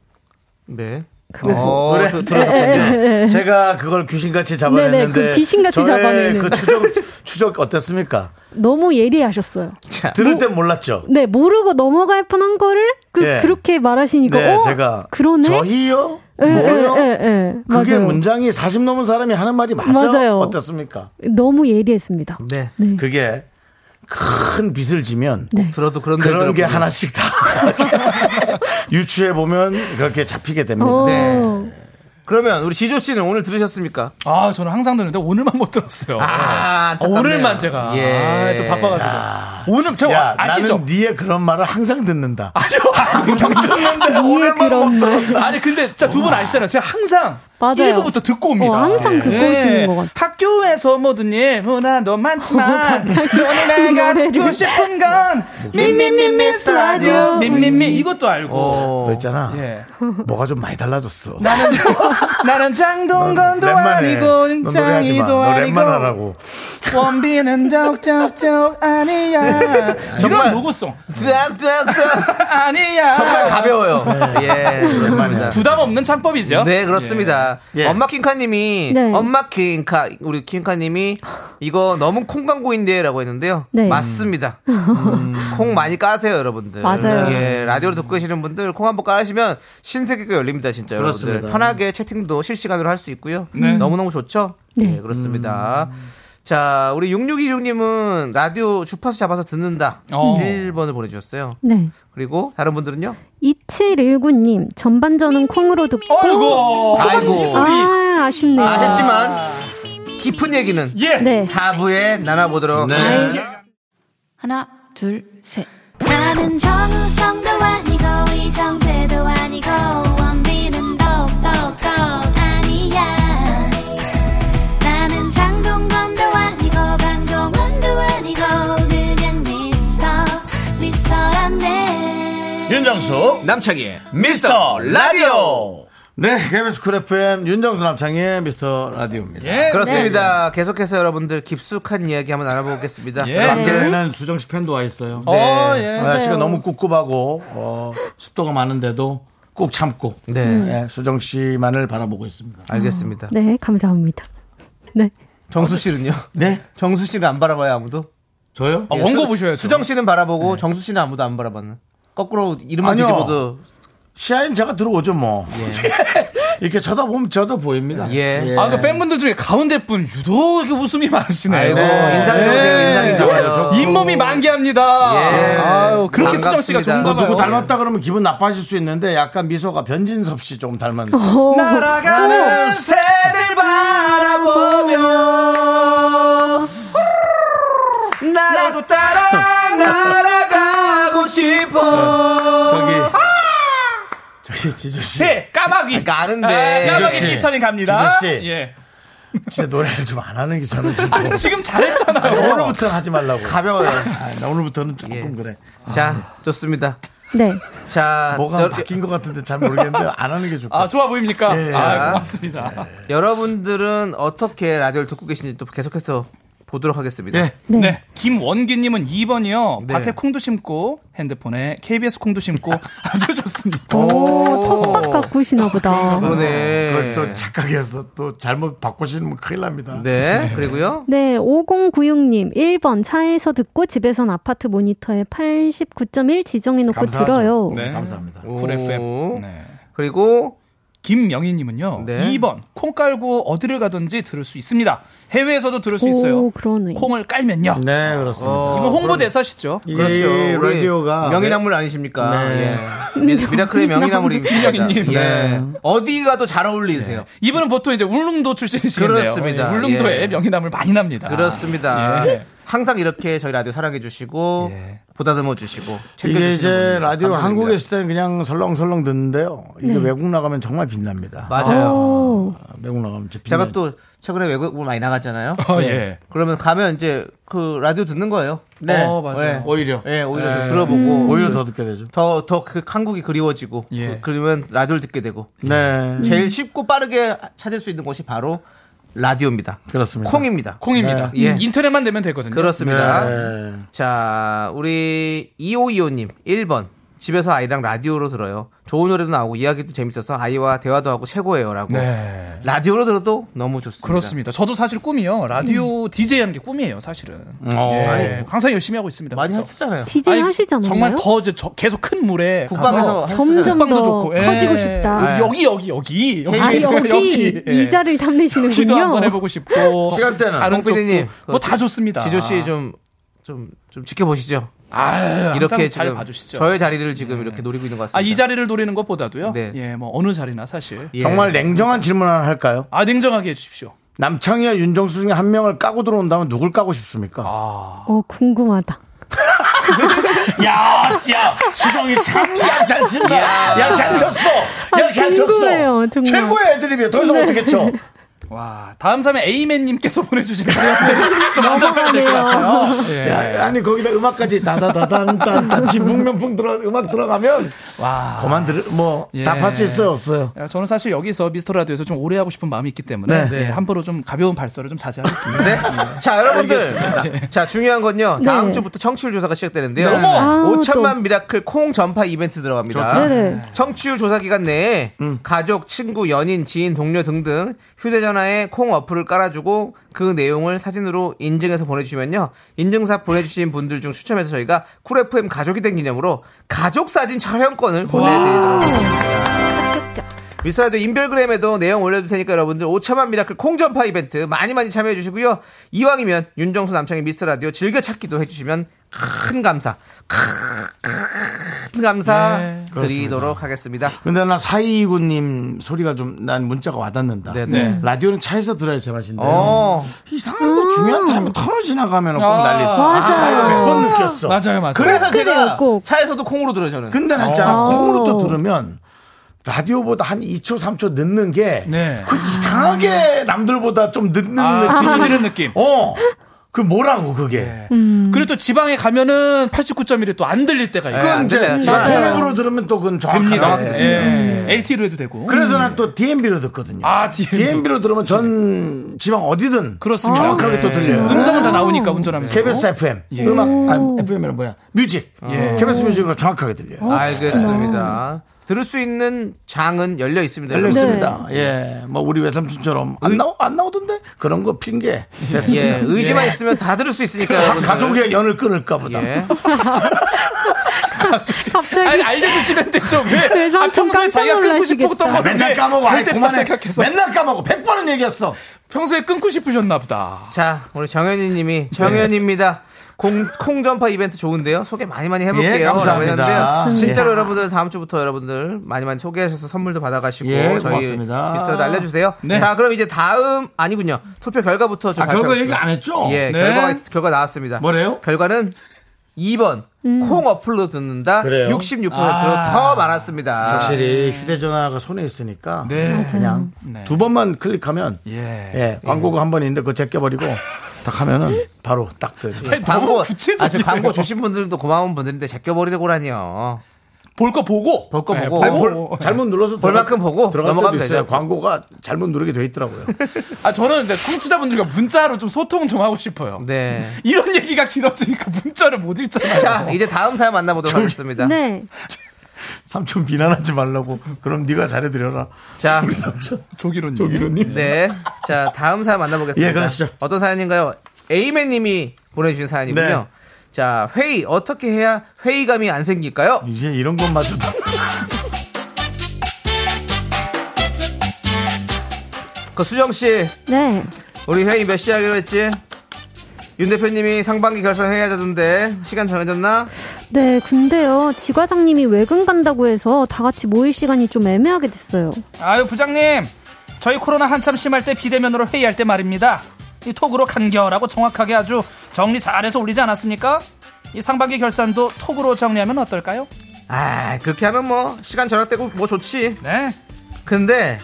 S2: 네.
S9: 어,
S2: 어,
S9: 노래
S2: 들-
S7: 예, 예, 예.
S9: 들으셨군요. 네. 제가 그걸 귀신같이 잡아냈는데
S7: 네네, 그 귀신같이
S9: 저의
S7: 잡아내는.
S9: 그 추적 추적 어땠습니까?
S7: 너무 예리하셨어요.
S2: 자,
S9: 들을 땐 몰랐죠.
S7: 네, 모르고 넘어갈 뻔한 거를 그,
S9: 예.
S7: 렇게 말하시니까
S9: 네,
S7: 어,
S9: 제가
S7: 그러네.
S9: 저희요?
S7: 예, 예,
S9: 뭐요?
S7: 예, 예.
S9: 그게
S7: 맞아요.
S9: 문장이 40 넘은 사람이 하는 말이 맞아?
S7: 맞아요.
S9: 어땠습니까?
S7: 너무 예리했습니다.
S2: 네.
S7: 네.
S9: 그게 큰 빚을 지면
S2: 들어도 그런 데를
S9: 그런 게
S2: 들어보면.
S9: 하나씩 다 유추해 보면 그렇게 잡히게 됩니다.
S7: 어,
S2: 네. 그러면 우리 지조 씨는 오늘 들으셨습니까?
S8: 아, 저는 항상 듣는데 오늘만 못 들었어요.
S2: 아,
S8: 아,
S2: 안타깝네요.
S8: 오늘만 제가
S2: 예.
S8: 아, 좀 바빠가지고 오늘 저
S9: 야,
S8: 아시죠?
S9: 나는 니의 그런 말을 항상 듣는다.
S8: 아니요, 항상 듣는데
S7: 오늘만 못 그런 말.
S8: 아니 근데 진짜 두 분 아시잖아요. 제가 항상
S7: 맞아요.
S8: 일부부터 듣고 옵니다.
S7: 어, 항상 듣고 오시는 것 같아요.
S8: 네. 학교에서 모든 일 누나 너 많지만 너는 내가
S7: 노래를.
S8: 듣고 싶은 건 미미미 미스터 라디오 음. 미미미 이것도 알고
S9: 너 있잖아.
S8: 예.
S9: 뭐가 좀 많이 달라졌어.
S8: 나는 나는 장동건도
S9: 넌 랩만 해. 넌
S8: 아니고
S9: 노래하지 마.
S8: 장이도
S9: 너 랩만
S8: 아니고
S9: 하라고.
S8: 원빈은 적적적 아니야. 이런 로고송.
S2: 뚜약뚜약뚜약.
S8: 아니야.
S2: 정말 가벼워요. 예, 그렇습니다.
S8: 부담 없는 창법이죠.
S2: 네, 그렇습니다.
S9: 예.
S2: 엄마 킹카님이
S7: 네.
S2: 엄마 킹카 우리 킹카님이 이거 너무 콩 광고인데라고 했는데요.
S7: 네.
S2: 맞습니다. 음, 콩 많이 까세요, 여러분들.
S7: 맞아요.
S2: 예, 라디오를 듣고 계시는 분들 콩 한번 까시면 신세계가 열립니다, 진짜 여러분들.
S9: 그렇습니다.
S2: 편하게 채팅도 실시간으로 할 수 있고요. 음, 너무 너무 좋죠.
S7: 네.
S2: 예, 그렇습니다. 자, 우리 6616님은 라디오 주파수 잡아서 듣는다.
S8: 어.
S2: 1번을 보내주셨어요.
S7: 네.
S2: 그리고 다른 분들은요?
S7: 2719님, 전반전은 콩으로 듣고.
S8: 아이고.
S2: 아이고.
S7: 아, 아쉽네요.
S2: 아쉽지만 깊은 얘기는
S8: 예.
S7: 네.
S2: 4부에 나눠보도록 하겠습니다.
S11: 하나, 둘, 셋.
S4: 나는 정우성도 아니고 이정재도 아니고 원빈은 더욱더 아니야 나는 장동건도 아니고 방종원도 아니고 그냥 미스터 미스터란데
S9: 예,
S12: 윤정수
S2: 남창희의
S12: 미스터 라디오
S9: 네, KBS 쿨 FM 윤정수 남창의 미스터 라디오입니다.
S8: 예.
S2: 그렇습니다. 네. 계속해서 여러분들 깊숙한 이야기 한번 알아보겠습니다.
S8: 예.
S9: 그 밖에는 수정 씨 팬도 와 있어요.
S8: 어, 예.
S9: 날씨가 너무 꿉꿉하고 어, 습도가 많은데도 꾹 참고
S2: 네.
S9: 예, 수정 씨만을 바라보고 있습니다.
S2: 알겠습니다.
S7: 네, 감사합니다. 네.
S2: 정수 씨는요?
S9: 네,
S2: 정수 씨는 안 바라봐요 아무도. 네.
S9: 저요?
S2: 어.
S8: 아, 원고 보셔야죠.
S2: 수정 씨는 바라보고 정수 씨는 아무도 안 바라봤는. 거꾸로 이름만
S9: 아니요.
S2: 뒤집어도
S9: 시야엔 제가 들어오죠 뭐. 이렇게 쳐다보면 저도 보입니다.
S2: 예.
S8: 아, 그 팬분들 중에 가운데 분 유독 이렇게 웃음이 많으시네요.
S2: 아이고 인상이 좋네요. 인상이 좋아요.
S8: 잇몸이 만개합니다.
S2: 예.
S8: 아유, 그렇게 수정
S2: 반갑습니다.
S8: 씨가
S2: 어,
S8: 좋은가
S9: 뭐
S8: 봐요.
S9: 누구 닮았다 그러면 기분 나빠하실 수 있는데 약간 미소가 변진섭 씨 조금 닮았는데.
S7: 오,
S8: 날아가는 새들 바라보며 나도 따라
S10: 네.
S8: 날아가고 싶어
S9: 저기 저기 지조 씨.
S8: 새 까마귀
S2: 그러니까 아는데.
S8: 아, 까마귀
S9: 지조 씨.
S8: 피처링 네, 갑니다
S9: 지조 씨.
S8: 예.
S9: 진짜 노래를 좀 안 하는 게 저는 좀
S8: 아니, 지금 잘했잖아요
S9: 오늘부터는 하지 말라고.
S2: 가벼워요.
S9: 아, 나 오늘부터는 조금
S2: 예.
S9: 그래.
S2: 자 좋습니다.
S7: 네.
S2: 자
S9: 뭐가
S2: 여-
S9: 바뀐 것 같은데 잘 모르겠는데 안 하는 게 좋다.
S8: 아 좋아 보입니까
S9: 예.
S8: 아 고맙습니다
S2: 여러분들은 어떻게 라디오를 듣고 계신지 또 계속해서 보도록 하겠습니다.
S9: 예.
S7: 네.
S8: 네. 김원기님은 2번이요.
S2: 네.
S8: 밭에 콩도 심고, 핸드폰에 KBS 콩도 심고, 아주 좋습니다.
S7: 오, 톱밥 바꾸시나 보다.
S2: 아, 그러네.
S9: 그걸 또 착각해서 또 잘못 바꾸시면 큰일 납니다.
S2: 네 그리고요.
S7: 네, 5096님, 1번 차에서 듣고 집에선 아파트 모니터에 89.1 지정해놓고
S9: 감사하죠.
S7: 들어요.
S8: 네.
S9: 감사합니다.
S8: 쿨
S2: 오.
S8: FM. 네.
S2: 그리고
S8: 김명희님은요.
S2: 네.
S8: 2번 콩 깔고 어디를 가든지 들을 수 있습니다. 해외에서도 들을 수 있어요.
S7: 오, 그러네.
S8: 콩을 깔면요.
S9: 네, 그렇습니다.
S2: 어,
S8: 이거 홍보 대사시죠.
S9: 이
S2: 그렇죠. 우리
S9: 라디오가
S2: 명인나물 아니십니까?
S9: 네.
S2: 예. 미- 미라클의 명인나물입니다.
S8: 김명희님.
S2: 예.
S8: 네.
S2: 어디가도 잘 어울리세요.
S8: 이분은 보통 이제 울릉도 출신이신데요.
S2: 그렇습니다.
S8: 예, 울릉도에
S10: 네,
S2: 예.
S8: 명희남을 많이 납니다.
S2: 그렇습니다.
S8: 예.
S2: 항상 이렇게 저희 라디오 사랑해주시고
S8: 예.
S2: 보다듬어주시고
S9: 이게
S2: 챙겨주시는
S9: 이제
S2: 분들
S9: 라디오
S2: 감사드립니다.
S9: 한국에 있을 때는 그냥 설렁설렁 듣는데요. 이게 외국 나가면 정말 빛납니다.
S10: 네.
S2: 맞아요.
S7: 오,
S9: 아, 외국 나가면 진짜 빛나요.
S2: 제가 또 최근에 외국을 많이 나갔잖아요.
S8: 네.
S2: 네.
S8: 어, 예.
S2: 그러면 가면 이제 그 라디오 듣는 거예요.
S9: 네.
S8: 어, 맞아요.
S9: 오히려
S2: 예, 오히려 좀
S8: 예.
S2: 들어보고
S9: 오히려 더 듣게 되죠.
S2: 더 더 그 한국이 그리워지고
S8: 예.
S2: 그, 러면 라디오를 듣게 되고
S9: 네.
S2: 제일 쉽고 빠르게 찾을 수 있는 곳이 바로 라디오입니다.
S9: 그렇습니다.
S2: 콩입니다.
S8: 콩입니다.
S2: 네. 예.
S8: 인터넷만 되면 되거든요.
S2: 그렇습니다.
S9: 네.
S2: 자, 우리 2525님 1번 집에서 아이랑 라디오로 들어요. 좋은 노래도 나오고 이야기도 재밌어서 아이와 대화도 하고 최고예요라고.
S10: 네.
S2: 라디오로 들어도 너무 좋습니다.
S10: 그렇습니다. 저도 사실 꿈이요. 라디오 DJ 하는 게 꿈이에요, 사실은.
S2: 어.
S10: 예,
S2: 아니,
S10: 항상 열심히 하고 있습니다.
S2: 많이
S10: 그래서.
S2: 하셨잖아요.
S7: DJ
S10: 아니,
S7: 하시잖아요.
S10: 정말 더 이제 저- 계속 큰 물에
S2: 국방에서
S10: 가서
S7: 점점
S10: 국방도
S7: 더
S10: 좋고 예.
S7: 커지고 싶다.
S10: 예. 여기 여기 여기
S7: 아, 여기
S10: 예.
S7: 이자를
S10: 기도 한번
S7: 탐내시는군요.
S10: 해보고 싶고
S13: 시간대는
S10: 다른
S2: 홍 PD님,
S10: 쪽도 뭐다 좋습니다.
S2: 지조 씨 좀 좀 좀 지켜보시죠.
S10: 아,
S2: 이렇게
S10: 이렇게 잘
S2: 지금
S10: 봐주시죠.
S2: 저의 자리를 지금 이렇게 노리고 있는 것 같습니다.
S10: 아, 이 자리를 노리는 것보다도요.
S2: 네.
S10: 예, 뭐 어느 자리나 사실.
S2: 예.
S9: 정말 냉정한 질문 하나 할까요?
S10: 아 냉정하게 해주십시오.
S9: 남창희와 윤정수 중에 한 명을 까고 들어온다면 누굴 까고 싶습니까?
S2: 아.
S7: 어, 궁금하다.
S9: 야, 야, 수정이 참
S2: 예.
S9: 양잘 친다. 양잘 쳤어.
S7: 아,
S9: 양잘 쳤어.
S7: 궁금해요, 정말.
S9: 최고의 애드립이에요. 더 이상 어떻게 쳐?
S10: 와 아, 다음 사에 에이맨님께서 보내주신 사연 좀 만나봐야 될 것 같아요.
S2: 네.
S10: 예.
S9: 야, 아니 거기다 음악까지 다다다단단 진풍명풍 들어 음악 들어가면
S10: 와.
S9: 그만 들을 뭐
S10: 예.
S9: 답할 수 있어요 없어요?
S10: 야, 저는 사실 여기서 미스터 라디오에서 좀 오래 하고 싶은 마음이 있기 때문에
S9: 네.
S10: 네, 함부로 좀 가벼운 발설을 좀 자제하겠습니다.
S2: 네. 자, 여러분들. 자, 중요한 건요. 다음
S7: 네.
S2: 주부터 청취율 조사가 시작되는데요.
S10: 네. 어머!
S7: 아,
S2: 5천만 미라클 콩 전파 이벤트 들어갑니다.
S7: 네네.
S2: 청취율 조사 기간 내에 가족, 친구, 연인, 지인, 동료 등등 휴대전화에 콩 어플을 깔아주고 그 내용을 사진으로 인증해서 보내주시면요. 인증사 보내주신 분들 중 추첨해서 저희가 쿨FM 가족이 된 기념으로 가족 사진 촬영권을 보내드리도록 미스라디오 인별그램에도 내용 올려둘 테니까 여러분들 5천만 미라클 콩전파 이벤트 많이 많이 참여해 주시고요. 이왕이면 윤정수 남창의 미스라디오 즐겨찾기도 해주시면 큰 감사, 큰 감사
S10: 네,
S2: 드리도록 하겠습니다.
S9: 근데 나 사이구님 소리가 좀 난 문자가 와닿는다.
S2: 네네.
S9: 라디오는 차에서 들어야 제맛인데
S2: 어,
S9: 이상한 거 중요한 타임에 터널 지나가면 꼭
S10: 아.
S9: 난리.
S7: 음. 맞아요.
S9: 몇 번 느꼈어.
S10: 맞아요, 맞아요.
S2: 그래서 제가
S7: 그래요, 꼭.
S2: 차에서도 콩으로 들어요 저는.
S9: 근데 나 있잖아
S7: 어.
S9: 콩으로 또 들으면 라디오보다 한 2초 3초 늦는 게 그
S10: 네.
S9: 이상하게 남들보다 좀 늦는
S10: 아,
S9: 느낌.
S10: 뒤처지는 느낌.
S9: 어. 그 뭐라고 그게.
S10: 네.
S7: 음.
S10: 그리고 또 지방에 가면은 89.1이 또 네, 안 들릴 때가 있고.
S9: 그럼
S2: 안
S9: 이제
S2: 들려요.
S9: 콩
S2: 맞아요.
S9: 앱으로 들으면 또 그건
S10: 됩니다.
S9: 정확합니다. 네.
S10: 예. LTE로 해도 되고.
S9: 그래서 난 또 DMB로 듣거든요.
S10: 아, DMB.
S9: DMB로 들으면 전 지방 어디든
S10: 그렇습니다. 네.
S9: 정확하게 아, 또 들려요.
S10: 음성은 다 나오니까 운전하면서.
S9: KBS FM 음악 아, FM이란 뭐야? 뮤직
S10: 예.
S9: KBS 뮤직으로 정확하게 들려요.
S2: 알겠습니다. 들을 수 있는 장은 열려 있습니다.
S9: 열려
S2: 여러분.
S9: 있습니다. 예, 뭐 우리 외삼촌처럼 안 나오 안 나오던데 그런 거 핑계. 됐습니다.
S2: 예, 의지만 있으면 다 들을 수 있으니까 여러분들.
S9: 가족의 연을 끊을까 보다.
S2: 예.
S10: 아니,
S7: 갑자기
S10: 알려주시면 되죠. 왜?
S7: 그래서
S10: 아, 평소에
S7: 깜짝
S10: 자기가 끊고
S7: 놀라시겠다.
S10: 싶었던 거
S9: 맨날 까먹어. 아이, 그만해.
S10: 생각해서.
S9: 맨날 까먹어. 100번은 얘기했어.
S10: 평소에 끊고 싶으셨나 보다.
S2: 자, 우리 정현이 님이
S9: 네.
S2: 정현입니다. 공, 콩전파 이벤트 좋은데요. 소개 많이 많이 해볼게요.
S9: 예, 감사합니다.
S2: 라고 했는데요.
S9: 맞습니다.
S2: 진짜로 여러분들 다음 주부터 여러분들 많이 많이 소개하셔서 선물도 받아가시고
S9: 예,
S2: 저희
S9: 고맙습니다.
S2: 미스터도 알려주세요.
S10: 네.
S2: 자, 그럼 이제 다음 아니군요. 투표 결과부터 좀
S9: 아, 결과
S2: 발표해
S9: 얘기 안 했죠?
S2: 예,
S10: 네.
S2: 결과가 있- 결과 나왔습니다.
S9: 뭐래요?
S2: 결과는 2번 콩 어플로 듣는다. 66%로 더 많았습니다.
S9: 아. 확실히 휴대전화가 손에 있으니까
S10: 네.
S9: 그냥 두 번만 클릭하면 예,
S10: 예.
S9: 광고가 한 번 있는데 그거 제껴버리고 딱 하면은 바로 딱 그.
S2: 광고
S10: 너무 구체적이에요.
S2: 아, 저 광고 주신 분들도 고마운 분들인데 제껴버리고라니요.
S10: 볼 거 보고.
S2: 볼 거
S10: 예,
S2: 보고.
S9: 아니, 네, 볼- 잘못 눌러서
S2: 볼 만큼 보고
S9: 들어갈 때도
S2: 넘어가면
S9: 있어요.
S2: 되죠.
S9: 광고가 잘못 누르게 돼 있더라고요.
S10: 아, 저는 이제 청취자분들과 문자로 좀 소통 좀 하고 싶어요.
S2: 네.
S10: 이런 얘기가 길어지니까 문자를 못 읽잖아요.
S2: 자, 이제 다음 사연 만나보도록 하겠습니다.
S7: 네.
S9: 삼촌 비난하지 말라고. 그럼 네가 잘해드려라.
S2: 자.
S9: 우리 삼촌
S10: 조기로님.
S9: 조기로님.
S2: 네. 자, 다음 사연 만나보겠습니다.
S9: 예, 그러시죠.
S2: 어떤 사연인가요? 에이맨 님이 보내주신 사연이군요.
S9: 네.
S2: 자, 회의. 어떻게 해야 회의감이 안 생길까요?
S9: 이제 이런 것마저도
S2: 그 수정씨,
S7: 네.
S2: 우리 회의 몇 시 하기로 했지? 윤 대표님이 상반기 결산 회의하자던데, 시간 정해졌나?
S7: 네, 근데요. 지과장님이 외근 간다고 해서 다 같이 모일 시간이 좀 애매하게 됐어요.
S10: 아유 부장님 저희 코로나 한참 심할 때 비대면으로 회의할 때 말입니다 이 톡으로 간결하고 정확하게 아주 정리 잘해서 올리지 않았습니까? 이 상반기 결산도 톡으로 정리하면 어떨까요?
S2: 아, 그렇게 하면 뭐, 시간 절약되고 뭐 좋지.
S10: 네
S2: 근데,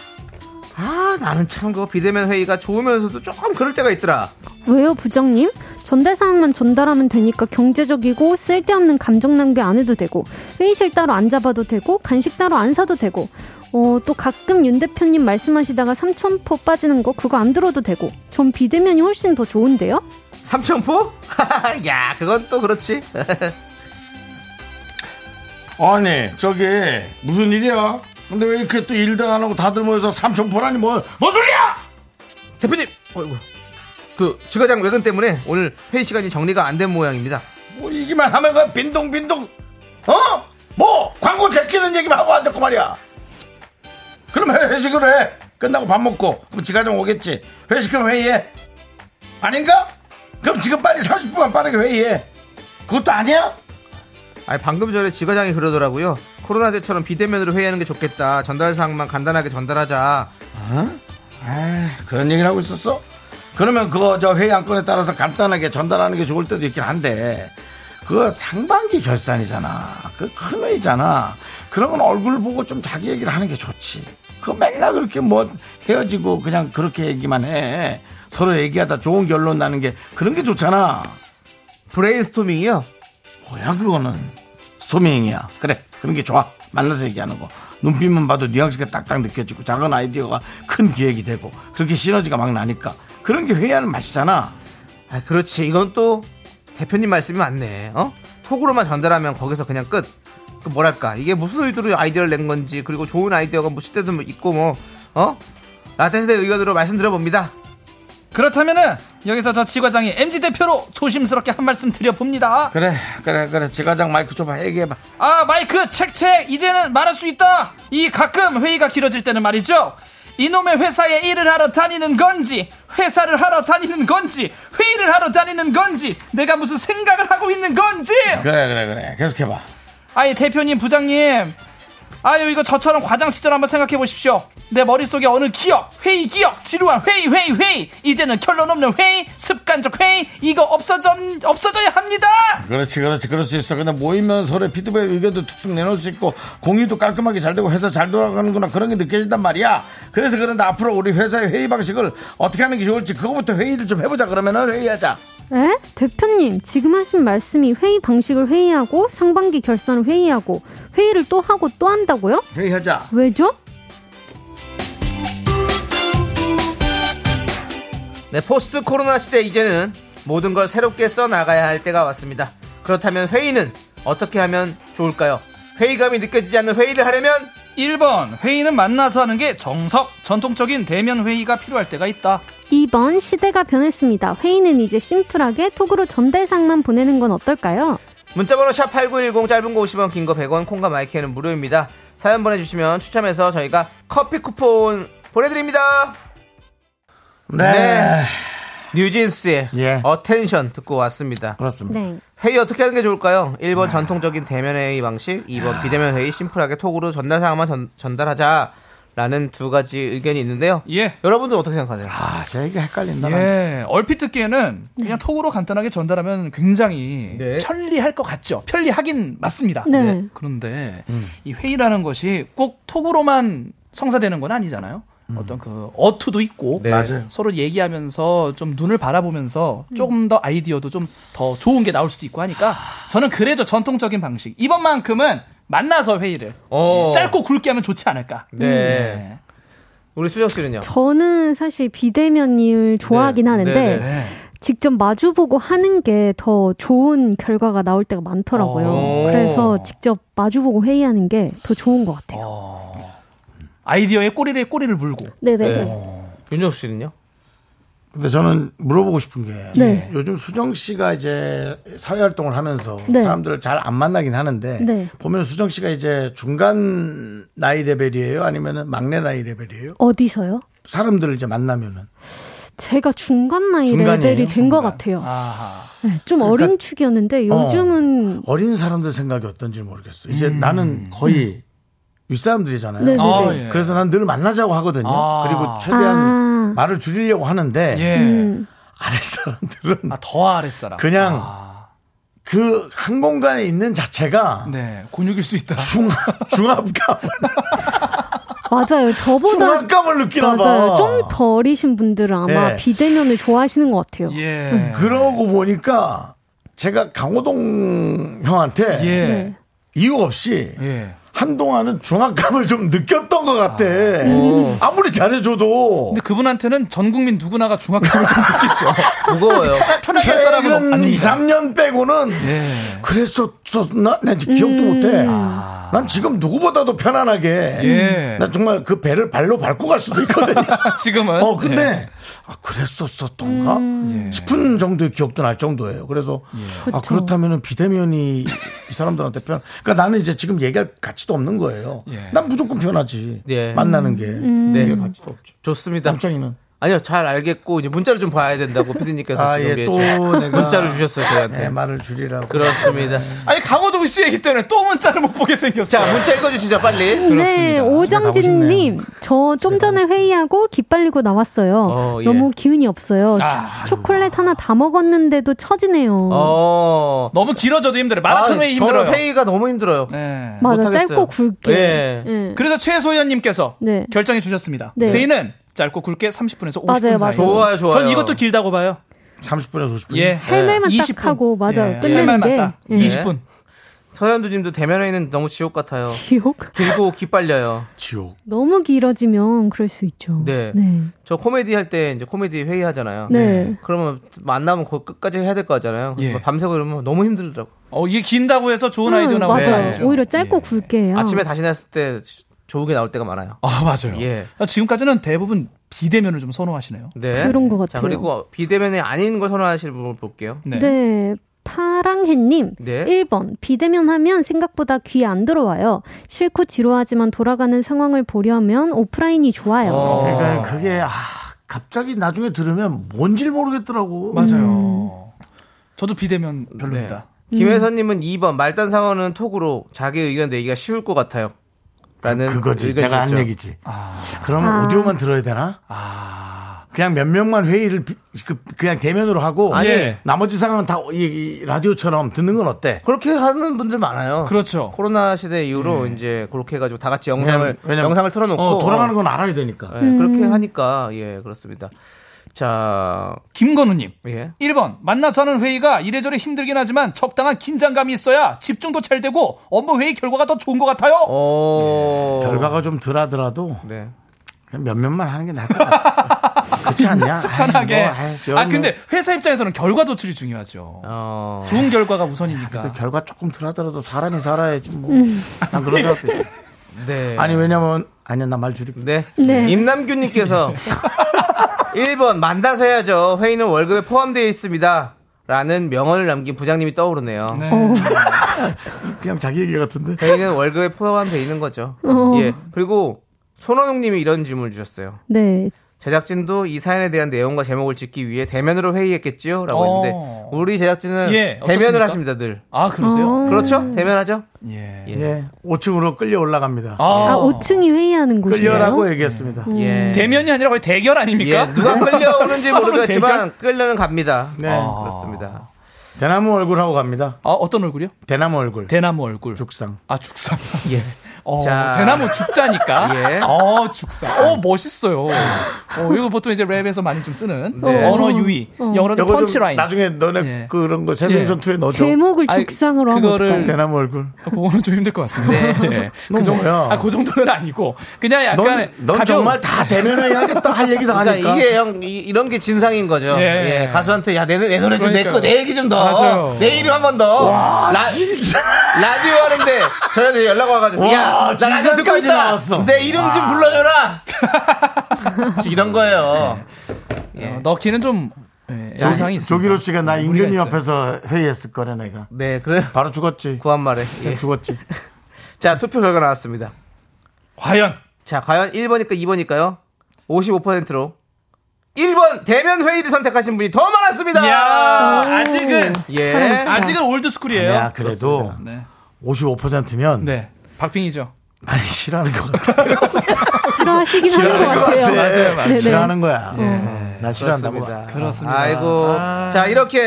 S2: 아, 나는 참 그거 비대면 회의가 좋으면서도 조금 그럴 때가 있더라.
S7: 왜요, 부장님? 전달사항만 전달하면 되니까 경제적이고 쓸데없는 감정 낭비 안 해도 되고 회의실 따로 안 잡아도 되고 간식 따로 안 사도 되고 어, 또 가끔 윤 대표님 말씀하시다가 삼천포 빠지는 거 그거 안 들어도 되고 전 비대면이 훨씬 더 좋은데요?
S2: 삼천포? 야, 그건 또 그렇지.
S1: 아니 저기 무슨 일이야? 근데 왜 이렇게 또 일도 안 하고 다들 모여서 삼촌포라니 뭐, 뭐 소리야?
S2: 대표님, 어이구. 그 지과장 외근 때문에 오늘 회의 시간이 정리가 안 된 모양입니다.
S1: 뭐 이기만 하면서 빈둥빈둥 어? 뭐 광고 제끼는 얘기만 하고 앉았고 말이야 그럼 회- 회식을 해 끝나고 밥 먹고 그럼 지가정 오겠지 회식하면 회의해 아닌가? 그럼 지금 빨리 30분만 빠르게 회의해 그것도 아니야?
S2: 아니 방금 전에 지과장이 그러더라고요. 코로나 때처럼 비대면으로 회의하는 게 좋겠다. 전달 사항만 간단하게 전달하자.
S1: 아, 그런 얘기를 하고 있었어? 그러면 그거 저 회의 안건에 따라서 간단하게 전달하는 게 좋을 때도 있긴 한데 그거 상반기 결산이잖아 그큰 회의잖아 그런 건 얼굴 보고 좀 자기 얘기를 하는 게 좋지 그거 맨날 그렇게 뭐 헤어지고 그냥 그렇게 얘기만 해 서로 얘기하다 좋은 결론 나는 게 그런 게 좋잖아
S2: 브레인스토밍이요.
S1: 뭐야 그거는 스토밍이야 그래 그런 게 좋아 만나서 얘기하는 거 눈빛만 봐도 뉘앙스가 딱딱 느껴지고 작은 아이디어가 큰 기획이 되고 그렇게 시너지가 막 나니까 그런 게 회의하는 맛이잖아
S2: 아 그렇지. 이건 또 대표님 말씀이 맞네. 어? 톡으로만 전달하면 거기서 그냥 끝. 그 뭐랄까 이게 무슨 의도로 아이디어를 낸 건지 그리고 좋은 아이디어가 뭐 시대도 뭐 있고 뭐 어? 라떼 세대 의견으로 말씀드려봅니다.
S8: 그렇다면은 여기서 저 지과장이 MG 대표로 조심스럽게 한 말씀 드려봅니다.
S1: 그래 그래 그래 지가장 마이크 줘봐 얘기해봐
S8: 아 마이크 책책 이제는 말할 수 있다 이 가끔 회의가 길어질 때는 말이죠 이놈의 회사에 일을 하러 다니는 건지 회사를 하러 다니는 건지 회의를 하러 다니는 건지 내가 무슨 생각을 하고 있는 건지
S1: 그래 그래 그래 계속해봐
S8: 아이 대표님 부장님 아유 이거 저처럼 과장 시절 한번 생각해 보십시오 내 머릿속에 어느 기억 회의 기억 지루한 회의 회의 회의 이제는 결론 없는 회의 습관적 회의 이거 없어져 없어져야 합니다
S1: 그렇지 그렇지 그럴 수 있어 근데 모이면 서로 피드백 의견도 툭툭 내놓을 수 있고 공유도 깔끔하게 잘 되고 회사 잘 돌아가는구나 그런 게 느껴진단 말이야 그래서 그런데 앞으로 우리 회사의 회의 방식을 어떻게 하는 게 좋을지 그거부터 회의를 좀 해보자 그러면은 회의하자
S7: 에? 대표님, 지금 하신 말씀이 회의 방식을 회의하고 상반기 결산을 회의하고 회의를 또 하고 또 한다고요?
S1: 회의하자
S7: 왜죠?
S2: 네, 포스트 코로나 시대 이제는 모든 걸 새롭게 써 나가야 할 때가 왔습니다. 그렇다면 회의는 어떻게 하면 좋을까요? 회의감이 느껴지지 않는 회의를 하려면
S8: 1번 회의는 만나서 하는 게 정석 전통적인 대면 회의가 필요할 때가 있다
S7: 2번 시대가 변했습니다. 회의는 이제 심플하게 톡으로 전달상만 보내는 건 어떨까요?
S2: 문자번호 샵 8910 짧은 거 50원 긴 거 100원 콩과 마이크는 무료입니다. 사연 보내주시면 추첨해서 저희가 커피 쿠폰 보내드립니다.
S1: 네,
S2: 뉴진스의
S1: 예.
S2: 어텐션 듣고 왔습니다.
S1: 그렇습니다
S7: 네.
S2: 회의 어떻게 하는 게 좋을까요? 1번 전통적인 대면 회의 방식, 2번 비대면 회의 심플하게 톡으로 전달 사항만 전, 전달하자. 라는 두 가지 의견이 있는데요.
S8: 예.
S2: 여러분들은 어떻게 생각하세요?
S1: 아 제가 헷갈린다
S8: 예, 얼핏 듣기에는
S7: 네.
S8: 그냥 톡으로 간단하게 전달하면 굉장히
S2: 네.
S8: 편리할 것 같죠. 편리하긴 맞습니다.
S7: 네.
S8: 그런데
S2: 음.
S8: 이 회의라는 것이 꼭 톡으로만 성사되는 건 아니잖아요. 어떤 그 어투도 있고
S2: 음. 네. 맞아요.
S8: 서로 얘기하면서 좀 눈을 바라보면서
S7: 음.
S8: 조금 더 아이디어도 좀 더 좋은 게 나올 수도 있고 하니까 저는 그래도 전통적인 방식 이번만큼은 만나서 회의를
S2: 어.
S8: 짧고 굵게 하면 좋지 않을까.
S2: 네. 우리 수정 씨는요?
S7: 저는 사실 비대면 일 좋아하긴
S2: 네.
S7: 하는데
S2: 네, 네.
S8: 네.
S7: 직접 마주보고 하는 게 더 좋은 결과가 나올 때가 많더라고요.
S1: 어.
S2: 오.
S7: 그래서 직접 마주보고 회의하는 게 더 좋은 것 같아요.
S8: 아이디어에 꼬리를 꼬리를 물고
S7: 네네네.
S1: 어.
S2: 윤정수 씨는요?
S1: 근데 저는 물어보고 싶은 게
S7: 네.
S1: 요즘 수정 씨가 이제 사회 활동을 하면서
S7: 네.
S1: 사람들을 잘 안 만나긴 하는데
S7: 네.
S1: 보면 수정 씨가 이제 중간 나이 레벨이에요, 아니면은 막내 나이 레벨이에요?
S7: 어디서요?
S1: 사람들을 이제 만나면은
S7: 제가 중간 나이
S1: 중간이에요,
S7: 레벨이 된 것
S1: 중간.
S7: 같아요. 네, 좀 어린 축이었는데
S1: 어.
S7: 요즘은
S1: 어린 사람들 생각이 어떤지 모르겠어. 이제 나는 거의 윗사람들이잖아요. 어,
S7: 네네네.
S8: 음. 아, 예.
S1: 그래서 난 늘 만나자고 하거든요.
S8: 아.
S1: 그리고 최대한
S7: 아.
S1: 말을 줄이려고 하는데
S8: 예.
S7: 음,
S1: 아랫 사람들은
S8: 아, 더 아랫사람.
S1: 그냥
S8: 아,
S1: 그 한 공간에 있는 자체가
S8: 네. 곤욕일 수 있다.
S1: 중압 중압감을
S7: 맞아요. 저보다
S1: 중압감을 느끼나
S7: 뭐, 맞아요.
S1: 봐.
S7: 좀 더 어리신 분들은 아마
S1: 네.
S7: 비대면을 좋아하시는 것 같아요.
S9: 음,
S8: 예.
S1: 그러고 보니까 제가 강호동 형한테
S8: 예.
S7: 네.
S1: 이유 없이
S8: 예.
S9: 한동안은 중압감을 좀 느꼈던 것 같아.
S8: 어.
S9: 아무리 잘해줘도.
S8: 근데 그분한테는 전 국민 누구나가 중학교를 좀 느끼죠.
S2: 무거워요.
S8: 편하게 할 사람은 예. 없-
S9: 최근
S8: 아닙니다.
S9: 2, 3년 빼고는 그랬었나? 난 이제 기억도
S7: 음.
S9: 못해. 난 지금 누구보다도 편안하게.
S8: 아. 예.
S9: 난 정말 그 배를 발로 밟고 갈 수도 있거든요.
S8: 지금은. 네.
S9: 어, 근데 아, 그랬었었던가 싶은 정도의 기억도 날 정도예요. 그래서 아,
S7: 음. 그쵸.
S9: 그렇다면은 비대면이 이 사람들한테 편. 그러니까 나는 이제 지금 얘기할 가치도 없는 거예요.
S8: 예.
S9: 난 무조건 편하지.
S2: 예.
S9: 만나는 게
S7: 음.
S2: 네.
S9: 얘기할 가치도 없죠.
S2: 좋습니다.
S9: 남창이는
S2: 아니요, 잘 알겠고 이제 문자를 좀 봐야 된다고 PD님께서
S9: 아,
S2: 지금
S9: 예,
S2: 예,
S9: 또
S2: 좀
S9: 내가-
S2: 문자를 주셨어요 저희한테.
S9: 네, 말을 줄이라고.
S2: 그렇습니다.
S8: 아니 강호동 씨 얘기 때문에 또 문자를 못 보게 생겼어요.
S2: 자, 문자 읽어주시죠 빨리.
S7: 네, 오정진님, 저 좀 전에 회의하고 기빨리고 나왔어요.
S2: 어, 예.
S7: 너무 기운이 없어요.
S8: 아,
S7: 초콜릿 하나 다 먹었는데도 처지네요.
S2: 어.
S8: 너무 길어져도 힘들어요. 마라톤
S2: 아,
S8: 회의 힘들어요.
S2: 저는 회의가 너무 힘들어요.
S8: 네.
S7: 맞아,
S2: 못하겠어요.
S7: 짧고 굵게.
S2: 예.
S7: 예.
S8: 그래서 최소연님께서
S7: 네.
S8: 결정해 주셨습니다.
S7: 네.
S8: 회의는 짧고 굵게 30분에서 50분
S7: 맞아요,
S8: 사이.
S7: 맞아요.
S2: 좋아요, 좋아요.
S8: 전 이것도 길다고 봐요.
S9: 30분에서 50분.
S8: 예.
S7: 할 말만 딱
S8: 20분.
S7: 하고, 맞아,
S8: 예. 할
S7: 끝내는
S8: 말만
S7: 게.
S8: 딱.
S7: 예.
S8: 20분.
S2: 서현두님도 대면회의는 너무 지옥 같아요.
S7: 지옥?
S2: 길고 기빨려요.
S9: 지옥.
S7: 너무 길어지면 그럴 수 있죠.
S2: 네.
S7: 네.
S2: 저 코미디 할 때 이제 코미디 회의 하잖아요.
S7: 네.
S2: 그러면 만나면 그 끝까지 해야 될 거 하잖아요.
S8: 예.
S2: 막 밤새고 이러면 너무 힘들더라고.
S8: 어, 이게 긴다고 해서 좋은
S7: 음,
S8: 아이디어 나오는 거
S7: 맞아요.
S8: 아니죠.
S7: 오히려 짧고 굵게 해요.
S2: 아침에 다시 났을 때 좋게 나올 때가 많아요.
S8: 아, 맞아요.
S2: 예.
S8: 아, 지금까지는 대부분 비대면을 좀 선호하시네요.
S2: 네.
S7: 그런 것
S2: 자,
S7: 같아요.
S2: 그리고 비대면이 아닌 걸 선호하시는 분을 볼게요.
S8: 네.
S7: 네. 파랑해님.
S2: 네.
S7: 1번. 비대면 하면 생각보다 귀에 안 들어와요. 싫고 지루하지만 돌아가는 상황을 보려면 오프라인이 좋아요.
S9: 그러니까 그게 아, 갑자기 나중에 들으면 뭔지 모르겠더라고.
S8: 맞아요. 어,
S9: 음.
S8: 저도 비대면 별로입니다.
S9: 네.
S7: 음.
S2: 김혜선님은 2번 말단 상황은 톡으로 자기 의견 내기가 쉬울 것 같아요. 라는
S9: 그거지.
S2: 의견이
S9: 내가 한
S2: 있었죠. 아.
S9: 얘기지. 그러면 오디오만 들어야 되나? 그냥 몇 명만 회의를 비- 그, 냥 대면으로 하고
S2: 아니.
S9: 예. 나머지 상황은 다 이 라디오처럼 듣는 건 어때?
S2: 그렇게 하는 분들 많아요.
S8: 그렇죠.
S2: 코로나 시대 이후로 이제 그렇게 해가지고 다 같이 영상을
S9: 네. 왜냐면-
S2: 영상을 틀어놓고
S9: 어, 돌아가는
S2: 어,
S9: 건 알아야 되니까.
S2: 예, 그렇게
S7: 음.
S2: 하니까 예 그렇습니다. 자
S8: 김건우님.
S2: 예.
S8: 1번 만나서 하는 회의가 이래저래 힘들긴 하지만 적당한 긴장감이 있어야 집중도 잘 되고 업무 회의 결과가 더 좋은 것 같아요.
S2: 어.
S9: 네, 결과가 좀 덜하더라도
S2: 네.
S9: 그냥 몇 명만 하는 게 나을 것 같아. 그렇지 않냐? 아이,
S8: 편하게.
S9: 뭐, 아이,
S8: 아
S9: 여러분,
S8: 근데 회사 입장에서는 결과 도출이 중요하죠.
S2: 어.
S8: 좋은 결과가 우선이니까.
S9: 아, 그래도 뭐 결과 조금 덜하더라도 사람이 살아야지 뭐. 난 그런 생각도 있어.
S2: 네.
S9: 아니 왜냐면 아니야 나 말 줄이고.
S2: 네.
S7: 네.
S2: 임남규님께서 1번 만나서 해야죠. 회의는 월급에 포함되어 있습니다. 라는 명언을 남긴 부장님이 떠오르네요.
S9: 그냥 자기 얘기 같은데.
S2: 회의는 월급에 포함되어 있는 거죠.
S7: 어.
S2: 예. 그리고 손원웅님이 이런 질문을 주셨어요.
S7: 네.
S2: 제작진도 이 사연에 대한 내용과 제목을 짓기 위해 대면으로 회의했겠지요? 라고
S8: 어.
S2: 했는데 우리 제작진은
S8: 예,
S2: 대면을
S8: 어떻습니까?
S2: 하십니다 늘.
S8: 아 그러세요?
S7: 음.
S2: 그렇죠? 대면하죠?
S8: 예.
S9: 예. 5층으로 끌려 올라갑니다.
S2: 어.
S7: 아,
S8: 아,
S7: 5층이 회의하는 곳이에요.
S8: 네.
S9: 끌려라고 얘기했습니다.
S2: 예.
S8: 대면이 아니라 거의 대결 아닙니까?
S2: 예, 누가 끌려오는지
S8: 싸우는
S2: 모르겠지만 끌려는 갑니다.
S9: 네.
S2: 아. 그렇습니다.
S9: 대나무 얼굴하고 갑니다.
S8: 아, 어떤 얼굴이요?
S9: 대나무 얼굴.
S8: 대나무 얼굴.
S9: 죽상.
S8: 아 죽상.
S2: 예.
S8: 어,
S2: 자.
S8: 대나무 죽자니까.
S2: 예.
S8: 어 죽상. 어 멋있어요. 어, 이거 보통 이제 랩에서 많이 좀 쓰는
S2: 네.
S10: 네.
S8: 언어 유희. 영어로
S9: 요거 좀
S8: 펀치라인.
S9: 나중에 너네
S8: 예.
S9: 그런 거 세명
S8: 예.
S9: 전투에 넣어줘.
S7: 제목을
S8: 아니,
S7: 죽상으로 하면
S8: 그거를-
S7: 어떡해.
S9: 대나무 얼굴.
S8: 그거는 좀 힘들 것 같습니다. 네.
S9: 너 뭐야?
S8: 아, 그 정도는 아니고 그냥 약간
S9: 넌, 넌
S8: 가벼운
S9: 정말 다 대면을 해야겠다 할 얘기도
S2: 그러니까
S9: 하니까.
S2: 이게 형 이, 이런 게 진상인 거죠.
S8: 예.
S2: 예, 가수한테 야 내 노래 좀
S8: 그러니까요.
S2: 내꺼 내 얘기 좀
S8: 맞아요.
S2: 더. 내 이름 한 번 더. 라, 디오 하는데 저한테 연락 와가지고
S9: 와,
S2: 야, 나 라디오 듣고
S9: 진상까지
S2: 있다.
S9: 나왔어.
S2: 내 이름 좀 불러줘라. 이런 거예요.
S8: 어, 넣기는 좀 예, 영상이 있습니다.
S9: 조기로 씨가 나
S8: 무리가
S9: 임금이
S8: 있어요.
S9: 옆에서 회의했을 거래 내가.
S2: 네, 그래
S9: 바로 죽었지.
S2: 구한 말에. 예.
S9: 죽었지.
S2: 자 투표 결과 나왔습니다.
S8: 과연
S2: 자 과연 1번일까 2번일까요? 55%로 1번 대면 회의를 선택하신 분이 더 많았습니다.
S8: 야 아직은
S2: 예.
S8: 아직은 올드 스쿨이에요.
S9: 야 그래도
S8: 네.
S9: 55%면
S8: 네. 박빙이죠.
S9: 많이 싫어하는 것 같아.
S7: 싫어하시긴 하는 것 같아요.
S8: 맞아요, 맞아요.
S7: 네네.
S9: 싫어하는 거야. 나 싫어한다고.
S2: 그렇습니다.
S8: 네. 그렇습니다.
S2: 아이고. 자, 이렇게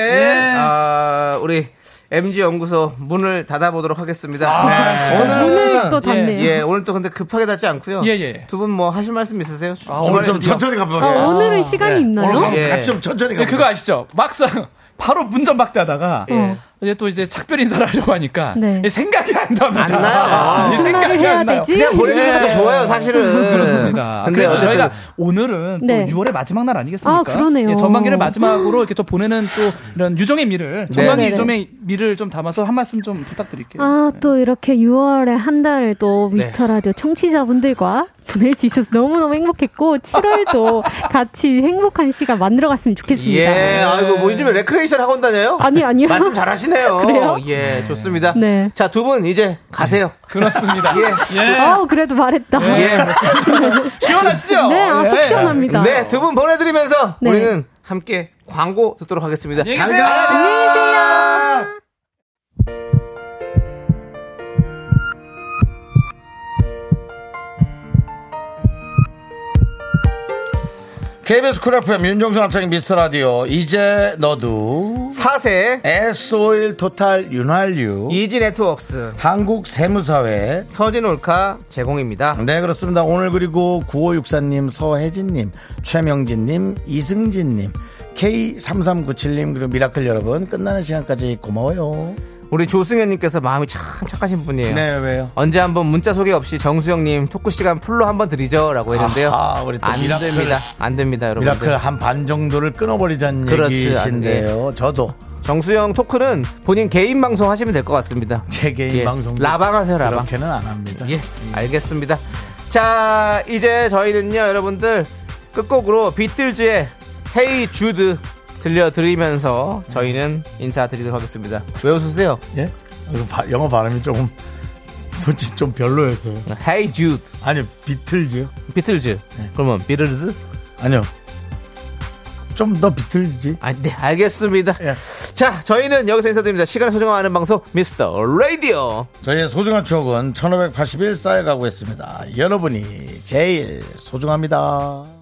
S2: 아, 우리 MG 연구소 문을 닫아보도록 하겠습니다.
S8: 네.
S7: 오늘 또
S8: 예,
S7: 닿네요.
S2: 예, 오늘 또 근데 급하게 닫지 않고요.
S8: 예, 예.
S2: 두 분 뭐 하실 말씀 있으세요? 주-
S9: 오늘
S2: 주말에
S9: 좀
S2: 드디어.
S9: 천천히
S7: 아,
S9: 가봅시다.
S7: 오늘은 시간이 있나요?
S9: 오늘
S2: 예.
S8: 아,
S9: 같이 좀 천천히
S8: 근데
S9: 가봅시다.
S8: 그거 아시죠? 막상 바로 문전 박대하다가
S7: 어.
S2: 예.
S14: 이제 또 이제 작별 인사를 하려고 하니까
S7: 네.
S14: 생각이 안 납니다.
S2: 안 나요.
S10: 예.
S14: 이제
S2: 어. 무슨 말을 해야
S14: 나요.
S2: 되지? 그냥
S7: 예.
S2: 보내주는 것도 좋아요, 사실은.
S14: 그렇습니다.
S2: 근데
S14: 근데 어
S2: 어쨌든-
S14: 저희가 오늘은 또
S7: 네.
S14: 6월의 마지막 날 아니겠습니까?
S7: 아, 그러네요.
S14: 예, 전반기를 마지막으로 이렇게 또 보내는 또 이런 유정의 미를, 전반기
S7: 네네.
S14: 유정의 미를 좀 담아서 한 말씀 좀 부탁드릴게요.
S7: 아, 또 이렇게 6월에 한 달을
S2: 네.
S7: 또 미스터 라디오 청취자분들과 보낼 수 있어서 너무너무 행복했고, 7월도 같이 행복한 시간 만들어갔으면 좋겠습니다.
S2: 예, 아이고, 뭐 요즘에 레크레이션 학원 다녀요?
S7: 아니, 아니요.
S2: 말씀 잘 하시네요.
S7: 예. 그래요?
S2: 예, 좋습니다.
S7: 네.
S2: 자, 두 분 이제 가세요.
S9: 네,
S14: 그렇습니다.
S2: 예.
S7: 어우, 그래도 말했다.
S2: 시원하시죠?
S7: 네, 아, 속 시원합니다.
S2: 네, 두 분 보내드리면서
S7: 네.
S2: 우리는 함께 광고 듣도록 하겠습니다.
S7: 안녕히
S2: 잘
S7: 계세요.
S2: 가요.
S9: KBS 쿨 FM 윤정수 남창인 미스터 라디오 이제 너도
S2: 사세
S9: S.O.1 토탈 윤활유
S2: 이지 네트웍스
S9: 한국 세무사회
S2: 서진 올카 제공입니다.
S9: 네 그렇습니다. 오늘 그리고 9564님, 서혜진님, 최명진님, 이승진님, K3397님 그리고 미라클 여러분 끝나는 시간까지 고마워요.
S2: 우리 조승현님께서 마음이 참 착하신 분이에요.
S9: 네 왜요?
S2: 언제 한번 문자 소개 없이 정수영님 토크 시간 풀로 한번 드리죠 라고 했는데요.
S9: 아하, 우리 또
S2: 안
S9: 미라클.
S2: 됩니다. 안 됩니다, 여러분.
S9: 미라클 한 반 정도를 끊어버리자는
S2: 그렇지,
S9: 얘기신데요. 저도
S2: 정수영 토크는 본인 개인 방송 하시면 될 것 같습니다.
S9: 제 개인
S2: 예,
S9: 방송도
S2: 라방 하세요, 라방.
S9: 그렇게는 안 합니다.
S2: 예, 알겠습니다. 자, 이제 저희는요, 여러분들 끝곡으로 비틀즈의 헤이 주드 들려드리면서 저희는 인사드리도록 하겠습니다. 왜 웃으세요?
S1: 예? 이거 바- 영어 발음이 조금 솔직히 좀 별로였어요.
S2: 헤이 주드.
S1: 아니요, 비틀즈요.
S2: 비틀즈. 네, 그러면 비틀즈?
S1: 아니요. 좀 더 비틀지.
S2: 아, 네, 알겠습니다. 자, 저희는 여기서 인사드립니다. 시간을 소중하는 방송 미스터 라디오.
S9: 저희의 소중한 추억은 1581 쌓여가고 있습니다. 여러분이 제일 소중합니다.